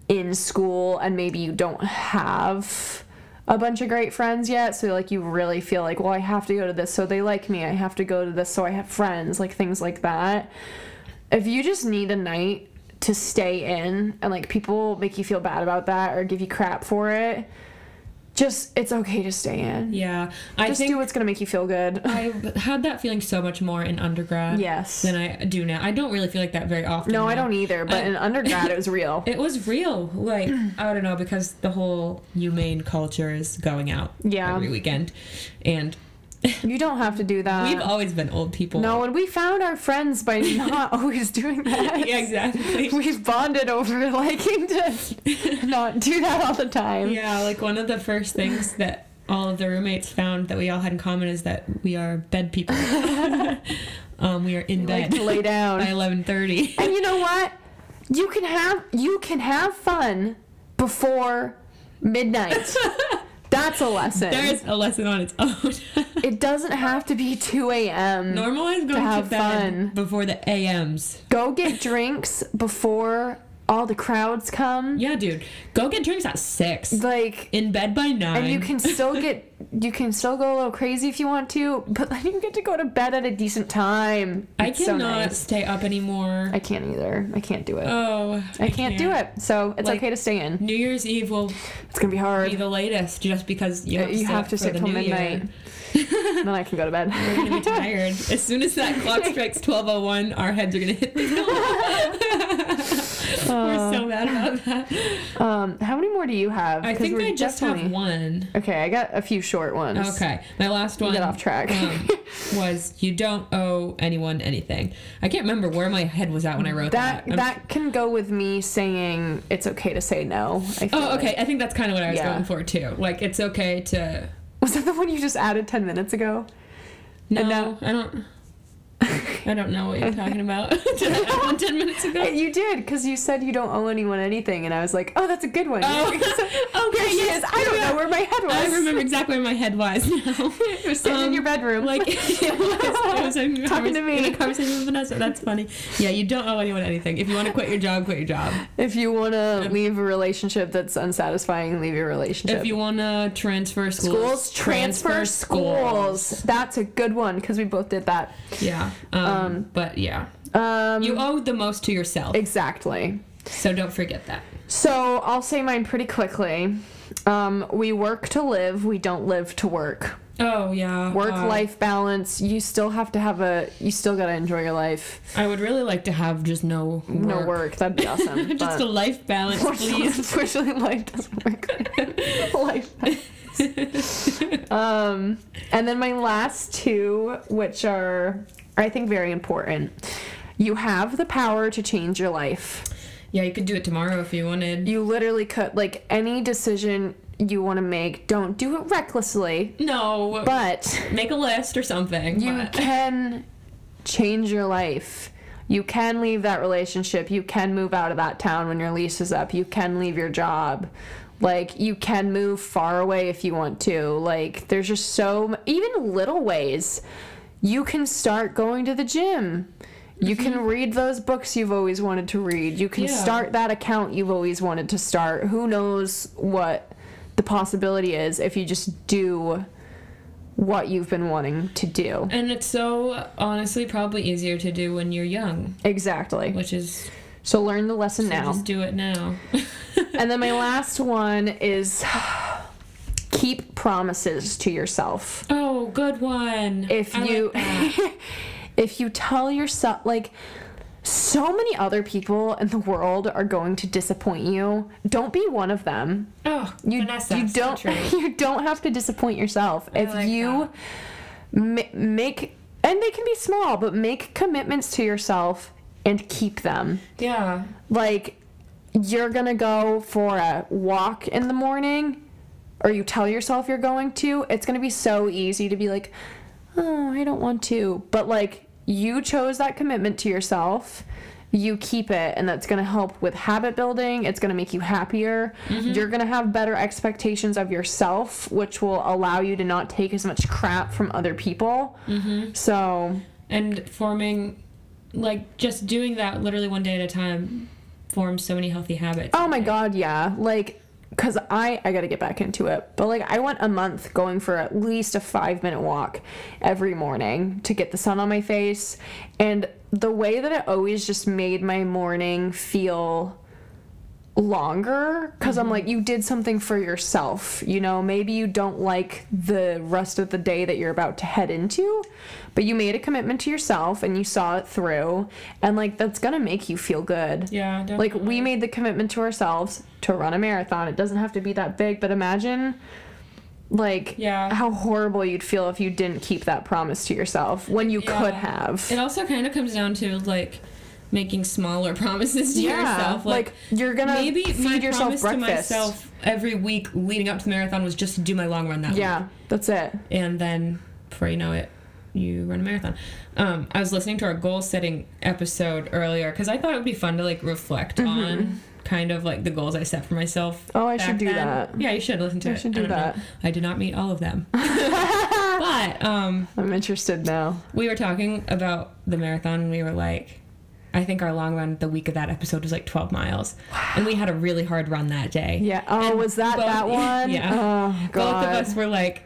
[SPEAKER 2] in school and maybe you don't have a bunch of great friends yet, so like you really feel like, well, I have to go to this so they like me. I have to go to this so I have friends, like things like that. If you just need a night to stay in and like people make you feel bad about that or give you crap for it, just it's okay to stay in.
[SPEAKER 1] Yeah. I
[SPEAKER 2] just
[SPEAKER 1] think
[SPEAKER 2] do what's gonna make you feel good.
[SPEAKER 1] I had that feeling so much more in undergrad
[SPEAKER 2] yes.
[SPEAKER 1] than I do now. I don't really feel like that very often.
[SPEAKER 2] no, I
[SPEAKER 1] now.
[SPEAKER 2] don't either. But
[SPEAKER 1] I-
[SPEAKER 2] in undergrad, it was real.
[SPEAKER 1] It was real. Like, I don't know, because the whole humane culture is going out
[SPEAKER 2] Yeah.
[SPEAKER 1] every weekend. And
[SPEAKER 2] You don't have to do that.
[SPEAKER 1] we've always been old people.
[SPEAKER 2] Uh, no, and we found our friends by not always doing that.
[SPEAKER 1] Yeah, exactly.
[SPEAKER 2] We've bonded over liking to not do that all the time.
[SPEAKER 1] Yeah, like one of the first things that all of the roommates found that we all had in common is that we are bed people. um, we are in bed
[SPEAKER 2] Like to lay down.
[SPEAKER 1] by eleven thirty.
[SPEAKER 2] and you know what? You can have you can have fun before midnight. That's a lesson.
[SPEAKER 1] There's a lesson on its own.
[SPEAKER 2] it doesn't have to be 2 a.m.
[SPEAKER 1] Normalize going to,
[SPEAKER 2] have
[SPEAKER 1] bed
[SPEAKER 2] fun.
[SPEAKER 1] before the AMs.
[SPEAKER 2] Go get drinks before all the crowds come.
[SPEAKER 1] Yeah, dude. Go get drinks at six.
[SPEAKER 2] Like
[SPEAKER 1] In bed by nine.
[SPEAKER 2] and you can still get you can still go a little crazy if you want to, but then you get to go to bed at a decent time.
[SPEAKER 1] I
[SPEAKER 2] It's so
[SPEAKER 1] cannot
[SPEAKER 2] nice.
[SPEAKER 1] stay up anymore.
[SPEAKER 2] I can't either. I can't do it.
[SPEAKER 1] oh,
[SPEAKER 2] I can't do it. So it's
[SPEAKER 1] Like-
[SPEAKER 2] okay to stay in.
[SPEAKER 1] New Year's Eve will
[SPEAKER 2] It's gonna be
[SPEAKER 1] be
[SPEAKER 2] hard. Uh,
[SPEAKER 1] the latest, just because you have to
[SPEAKER 2] You
[SPEAKER 1] stay
[SPEAKER 2] have
[SPEAKER 1] up
[SPEAKER 2] to
[SPEAKER 1] for
[SPEAKER 2] sit
[SPEAKER 1] the
[SPEAKER 2] till
[SPEAKER 1] New Year.
[SPEAKER 2] midnight. then I can go to bed.
[SPEAKER 1] We're gonna be tired. As soon as that clock strikes twelve oh one, our heads are gonna hit the pillow. We're so mad about that.
[SPEAKER 2] Um, how many more do you have?
[SPEAKER 1] I
[SPEAKER 2] 'Cause
[SPEAKER 1] think
[SPEAKER 2] we're
[SPEAKER 1] I just have
[SPEAKER 2] definitely-
[SPEAKER 1] one.
[SPEAKER 2] Okay, I got a few short ones.
[SPEAKER 1] Okay, my last
[SPEAKER 2] We
[SPEAKER 1] one.
[SPEAKER 2] Get off track.
[SPEAKER 1] um, was you don't owe anyone anything. I can't remember where my head was at when I wrote that.
[SPEAKER 2] that
[SPEAKER 1] I'm-
[SPEAKER 2] that can go with me saying it's okay to say no. I feel
[SPEAKER 1] oh,
[SPEAKER 2] like.
[SPEAKER 1] okay. I think that's kind of what I was
[SPEAKER 2] Yeah.
[SPEAKER 1] going for too. Like it's okay to.
[SPEAKER 2] Was that the one you just added ten minutes ago?
[SPEAKER 1] No,
[SPEAKER 2] And now-
[SPEAKER 1] I don't. I don't know what you're talking about. Did I add one ten minutes ago?
[SPEAKER 2] You did because you said you don't owe anyone anything, and I was like, oh, that's a good one.
[SPEAKER 1] Oh,
[SPEAKER 2] okay.
[SPEAKER 1] okay. Yes,
[SPEAKER 2] Yes, I don't know where my head was.
[SPEAKER 1] I remember exactly where my head was now.
[SPEAKER 2] It was sitting in
[SPEAKER 1] Um,
[SPEAKER 2] your bedroom.
[SPEAKER 1] Like it was, it was in
[SPEAKER 2] Talking to
[SPEAKER 1] convers-
[SPEAKER 2] me.
[SPEAKER 1] in a conversation with Vanessa. That's funny. Yeah, you don't owe anyone anything. If you want to quit your job, quit your job.
[SPEAKER 2] if you want to leave a relationship that's unsatisfying, leave your relationship.
[SPEAKER 1] If you want to transfer schools,
[SPEAKER 2] schools transfer, schools. That's a good one because we both did that.
[SPEAKER 1] Yeah. Um,
[SPEAKER 2] Um,
[SPEAKER 1] but yeah,
[SPEAKER 2] Um,
[SPEAKER 1] you owe the most to yourself,
[SPEAKER 2] exactly.
[SPEAKER 1] so don't forget that.
[SPEAKER 2] So I'll say mine pretty quickly. Um, we work to live. We don't live to work.
[SPEAKER 1] Oh yeah.
[SPEAKER 2] Work
[SPEAKER 1] uh,
[SPEAKER 2] life balance. You still have to have a. You still gotta enjoy your life.
[SPEAKER 1] I would really like to have just no work.
[SPEAKER 2] No work. That'd be awesome.
[SPEAKER 1] Just a life balance,
[SPEAKER 2] Unfortunately,
[SPEAKER 1] please.
[SPEAKER 2] unfortunately, life doesn't work. like- life. does. um, and then my last two, which are I think very important. You have the power to change your life.
[SPEAKER 1] Yeah, you could do it tomorrow if you wanted.
[SPEAKER 2] You literally could like any decision you want to make. Don't do it recklessly,
[SPEAKER 1] no,
[SPEAKER 2] but
[SPEAKER 1] make a list or something.
[SPEAKER 2] you
[SPEAKER 1] but-
[SPEAKER 2] can change your life. You can leave that relationship. You can move out of that town when your lease is up. You can leave your job. Like, you can move far away if you want to. Like, there's just so, m- even little ways. You can start going to the gym. You can read those books you've always wanted to read. You can
[SPEAKER 1] Mm-hmm. Yeah.
[SPEAKER 2] start that account you've always wanted to start. Who knows what the possibility is if you just do what you've been wanting to do.
[SPEAKER 1] And it's so honestly probably easier to do when you're young,
[SPEAKER 2] Exactly.
[SPEAKER 1] which is
[SPEAKER 2] So learn the lesson
[SPEAKER 1] so
[SPEAKER 2] now.
[SPEAKER 1] just do it now.
[SPEAKER 2] and then my last one is keep promises to yourself.
[SPEAKER 1] oh, good one.
[SPEAKER 2] If
[SPEAKER 1] I like
[SPEAKER 2] you
[SPEAKER 1] that.
[SPEAKER 2] if you tell yourself like so many other people in the world are going to disappoint you. Don't be one of them.
[SPEAKER 1] oh,
[SPEAKER 2] You,
[SPEAKER 1] Vanessa,
[SPEAKER 2] you
[SPEAKER 1] so
[SPEAKER 2] don't
[SPEAKER 1] true.
[SPEAKER 2] you don't have to disappoint yourself. if
[SPEAKER 1] like
[SPEAKER 2] you ma- make and they can be small, but make commitments to yourself and keep them.
[SPEAKER 1] Yeah.
[SPEAKER 2] like you're gonna go for a walk in the morning or you tell yourself you're going to it's gonna be so easy to be like oh i don't want to but like you chose that commitment to yourself you keep it and that's gonna help with habit building it's gonna make you happier you're gonna have better expectations of yourself which will allow you to not take as much crap from other people so
[SPEAKER 1] And forming like just doing that literally one day at a time forms so many healthy habits.
[SPEAKER 2] Oh my god, yeah. Like cuz I I got to get back into it. But like I went a month going for at least a 5 minute walk every morning to get the sun on my face and the way that it always just made my morning feel longer because I'm like, you did something for yourself. You know, maybe you don't like the rest of the day that you're about to head into, but you made a commitment to yourself and you saw it through. And like, that's going to make you feel good.
[SPEAKER 1] Yeah, definitely.
[SPEAKER 2] Like, we made the commitment to ourselves to run a marathon. It doesn't have to be that big, but imagine. Like
[SPEAKER 1] Yeah.
[SPEAKER 2] how horrible you'd feel if you didn't keep that promise to yourself when you
[SPEAKER 1] Yeah.
[SPEAKER 2] could have.
[SPEAKER 1] It also kind of comes down to like making smaller promises to yourself. Like,
[SPEAKER 2] you're gonna
[SPEAKER 1] maybe
[SPEAKER 2] feed
[SPEAKER 1] my
[SPEAKER 2] yourself
[SPEAKER 1] promise
[SPEAKER 2] breakfast.
[SPEAKER 1] to myself every week leading up to the marathon was just to do my long run that week.
[SPEAKER 2] Yeah, that's it.
[SPEAKER 1] and then before you know it you run a marathon um, i was listening to our goal setting episode earlier because i thought it would be fun to like reflect on kind of like the goals i set for myself
[SPEAKER 2] Oh, Mm-hmm. I
[SPEAKER 1] back
[SPEAKER 2] should do
[SPEAKER 1] then.
[SPEAKER 2] that.
[SPEAKER 1] yeah you should listen to
[SPEAKER 2] I
[SPEAKER 1] it
[SPEAKER 2] should do
[SPEAKER 1] don't know.
[SPEAKER 2] that.
[SPEAKER 1] i did not meet all of them but um,
[SPEAKER 2] I'm interested now.
[SPEAKER 1] we were talking about the marathon and we were like I think our long run the week of that episode was like 12 miles. And we had a really hard run that day.
[SPEAKER 2] Yeah. Oh,
[SPEAKER 1] And
[SPEAKER 2] was that
[SPEAKER 1] both-
[SPEAKER 2] that one?
[SPEAKER 1] Yeah.
[SPEAKER 2] Oh God.
[SPEAKER 1] Both of us were like,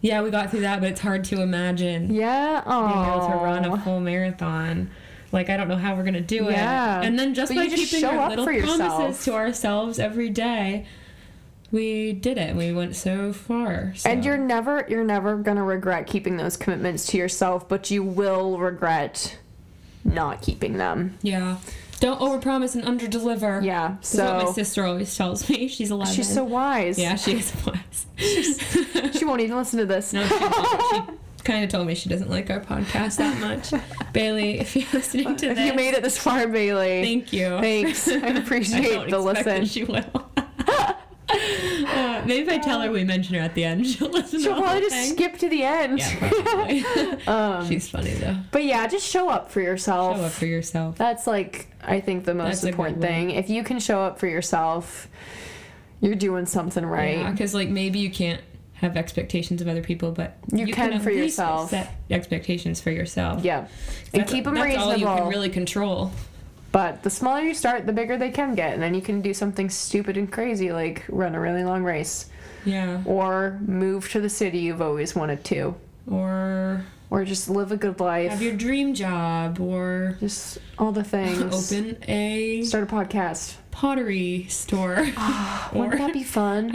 [SPEAKER 1] yeah, we got through that, but it's hard to imagine
[SPEAKER 2] Yeah.
[SPEAKER 1] being able
[SPEAKER 2] Oh.
[SPEAKER 1] to run a full marathon. Like I don't know how we're gonna do
[SPEAKER 2] Yeah.
[SPEAKER 1] it. And then just
[SPEAKER 2] But
[SPEAKER 1] by
[SPEAKER 2] you just
[SPEAKER 1] keeping
[SPEAKER 2] show
[SPEAKER 1] our
[SPEAKER 2] up
[SPEAKER 1] little
[SPEAKER 2] for
[SPEAKER 1] promises
[SPEAKER 2] yourself.
[SPEAKER 1] to ourselves every day, we did it. We went so far. So.
[SPEAKER 2] And you're never you're never gonna regret keeping those commitments to yourself, but you will regret not keeping them.
[SPEAKER 1] yeah. Don't overpromise and underdeliver.
[SPEAKER 2] Yeah.
[SPEAKER 1] That's what my
[SPEAKER 2] So
[SPEAKER 1] sister always tells me. She's eleven.
[SPEAKER 2] she's so wise.
[SPEAKER 1] yeah, she is wise.
[SPEAKER 2] She won't even listen to this.
[SPEAKER 1] No, she, kind of told me she doesn't like our podcast that much. Bailey, if you're listening to
[SPEAKER 2] if
[SPEAKER 1] this,
[SPEAKER 2] you made it this far, Bailey.
[SPEAKER 1] thank you.
[SPEAKER 2] Thanks. I
[SPEAKER 1] don't
[SPEAKER 2] appreciate the
[SPEAKER 1] expect
[SPEAKER 2] listen.
[SPEAKER 1] That she will. Uh, maybe if I tell her we mention her at the end, she'll listen
[SPEAKER 2] She'll
[SPEAKER 1] to the whole
[SPEAKER 2] probably just
[SPEAKER 1] thing.
[SPEAKER 2] skip to the end.
[SPEAKER 1] Yeah, probably.
[SPEAKER 2] Um,
[SPEAKER 1] She's funny though.
[SPEAKER 2] But yeah, just show up for yourself.
[SPEAKER 1] Show up for yourself.
[SPEAKER 2] That's like I think the most
[SPEAKER 1] That's a good
[SPEAKER 2] important
[SPEAKER 1] one.
[SPEAKER 2] thing. If you can show up for yourself, you're doing something right.
[SPEAKER 1] Because like maybe you can't have expectations of other people, but
[SPEAKER 2] You can
[SPEAKER 1] at
[SPEAKER 2] for
[SPEAKER 1] least
[SPEAKER 2] yourself.
[SPEAKER 1] Set expectations for yourself.
[SPEAKER 2] Yeah. And
[SPEAKER 1] That's-
[SPEAKER 2] keep 'em keep them
[SPEAKER 1] that's all you
[SPEAKER 2] reasonable.
[SPEAKER 1] can really control.
[SPEAKER 2] but the smaller you start, the bigger they can get, and then you can do something stupid and crazy like run a really long race
[SPEAKER 1] Yeah.
[SPEAKER 2] or move to the city you've always wanted to
[SPEAKER 1] Or
[SPEAKER 2] or just live a good life.
[SPEAKER 1] have your dream job, or
[SPEAKER 2] just all the things.
[SPEAKER 1] open a
[SPEAKER 2] Start a podcast.
[SPEAKER 1] pottery store.
[SPEAKER 2] Ah, Wouldn't
[SPEAKER 1] or
[SPEAKER 2] that be fun?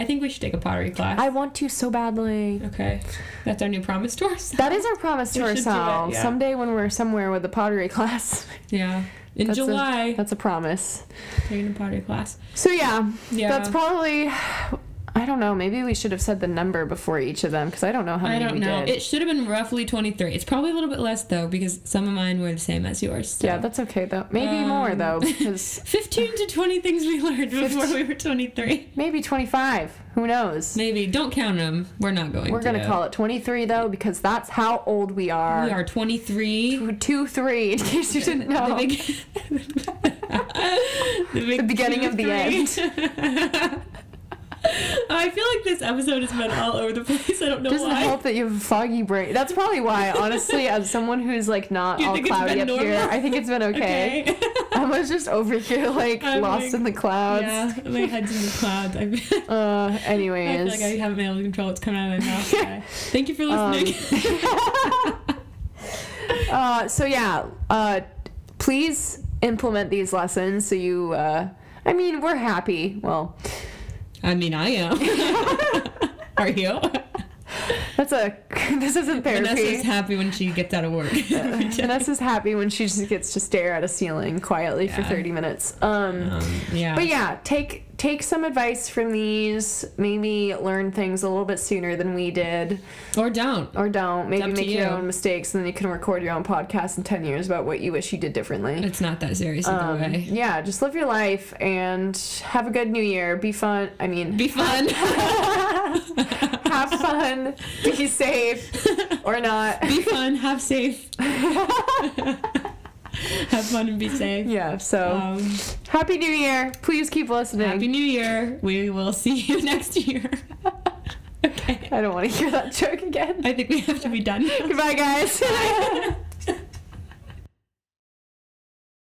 [SPEAKER 1] I think we should take a pottery class.
[SPEAKER 2] I want to so badly.
[SPEAKER 1] Okay. That's our new promise to ourselves.
[SPEAKER 2] That is our promise to
[SPEAKER 1] We should do that,
[SPEAKER 2] ourselves.
[SPEAKER 1] yeah.
[SPEAKER 2] Someday when we're somewhere with a pottery class,
[SPEAKER 1] Yeah. In
[SPEAKER 2] That's a-
[SPEAKER 1] July,
[SPEAKER 2] that's a promise.
[SPEAKER 1] taking a pottery class.
[SPEAKER 2] So yeah,
[SPEAKER 1] Yeah.
[SPEAKER 2] that's probably. I don't know. Maybe we should have said the number before each of them because I don't know how
[SPEAKER 1] I
[SPEAKER 2] many
[SPEAKER 1] don't
[SPEAKER 2] we
[SPEAKER 1] know.
[SPEAKER 2] did.
[SPEAKER 1] It should have been roughly 23. It's probably a little bit less though because some of mine were the same as yours. so.
[SPEAKER 2] yeah, that's okay though. Maybe more
[SPEAKER 1] Um,
[SPEAKER 2] though because
[SPEAKER 1] 15 to 20 things we learned before we were 23.
[SPEAKER 2] maybe twenty-five. Who knows?
[SPEAKER 1] Maybe don't count them. We're not going.
[SPEAKER 2] We're
[SPEAKER 1] to.
[SPEAKER 2] gonna call it twenty-three though because that's how old we are.
[SPEAKER 1] We are 23.
[SPEAKER 2] two, three. In case you didn't know.
[SPEAKER 1] The, big, the, big
[SPEAKER 2] The beginning of the
[SPEAKER 1] end. I feel like this episode has been all over the place. I don't know
[SPEAKER 2] doesn't
[SPEAKER 1] why.
[SPEAKER 2] help that you have a foggy brain. That's probably why, honestly, as someone who's like not
[SPEAKER 1] You
[SPEAKER 2] all
[SPEAKER 1] think it's
[SPEAKER 2] cloudy up
[SPEAKER 1] been
[SPEAKER 2] here,
[SPEAKER 1] normal?
[SPEAKER 2] I think it's been okay.
[SPEAKER 1] okay.
[SPEAKER 2] I was just over here like
[SPEAKER 1] I'm
[SPEAKER 2] lost
[SPEAKER 1] like-
[SPEAKER 2] in the clouds.
[SPEAKER 1] Yeah, my head's in the clouds. I feel,
[SPEAKER 2] Uh,
[SPEAKER 1] I feel
[SPEAKER 2] anyways,
[SPEAKER 1] like I haven't been able to control what's coming out of my mouth. today. Thank you for
[SPEAKER 2] Um,
[SPEAKER 1] listening.
[SPEAKER 2] uh, so yeah, uh, please implement these lessons so you. Uh, I mean, we're happy. Well,
[SPEAKER 1] I mean, I am. Are you?
[SPEAKER 2] that's a. this isn't
[SPEAKER 1] Vanessa's
[SPEAKER 2] therapy.
[SPEAKER 1] happy when she gets out of work.
[SPEAKER 2] Vanessa's happy when she just gets to stare at a ceiling quietly for
[SPEAKER 1] Yeah.
[SPEAKER 2] thirty minutes. Um,
[SPEAKER 1] um, yeah.
[SPEAKER 2] But yeah, take take some advice from these. Maybe learn things a little bit sooner than we did,
[SPEAKER 1] Or don't.
[SPEAKER 2] or don't.
[SPEAKER 1] up
[SPEAKER 2] Maybe
[SPEAKER 1] to
[SPEAKER 2] make your
[SPEAKER 1] you.
[SPEAKER 2] own mistakes, and then you can record your own podcast in ten years about what you wish you did differently.
[SPEAKER 1] It's not that serious either
[SPEAKER 2] Um,
[SPEAKER 1] way.
[SPEAKER 2] yeah, just live your life and have a good new year. Be fun. I mean,
[SPEAKER 1] Be fun.
[SPEAKER 2] have fun. Be safe or not.
[SPEAKER 1] be fun. Have safe. have fun and be safe.
[SPEAKER 2] Yeah. So
[SPEAKER 1] Um,
[SPEAKER 2] happy new year. Please keep listening.
[SPEAKER 1] happy New Year. We will see you next year. okay.
[SPEAKER 2] I don't want to hear that joke again.
[SPEAKER 1] I think we have to be done.
[SPEAKER 2] Goodbye, guys.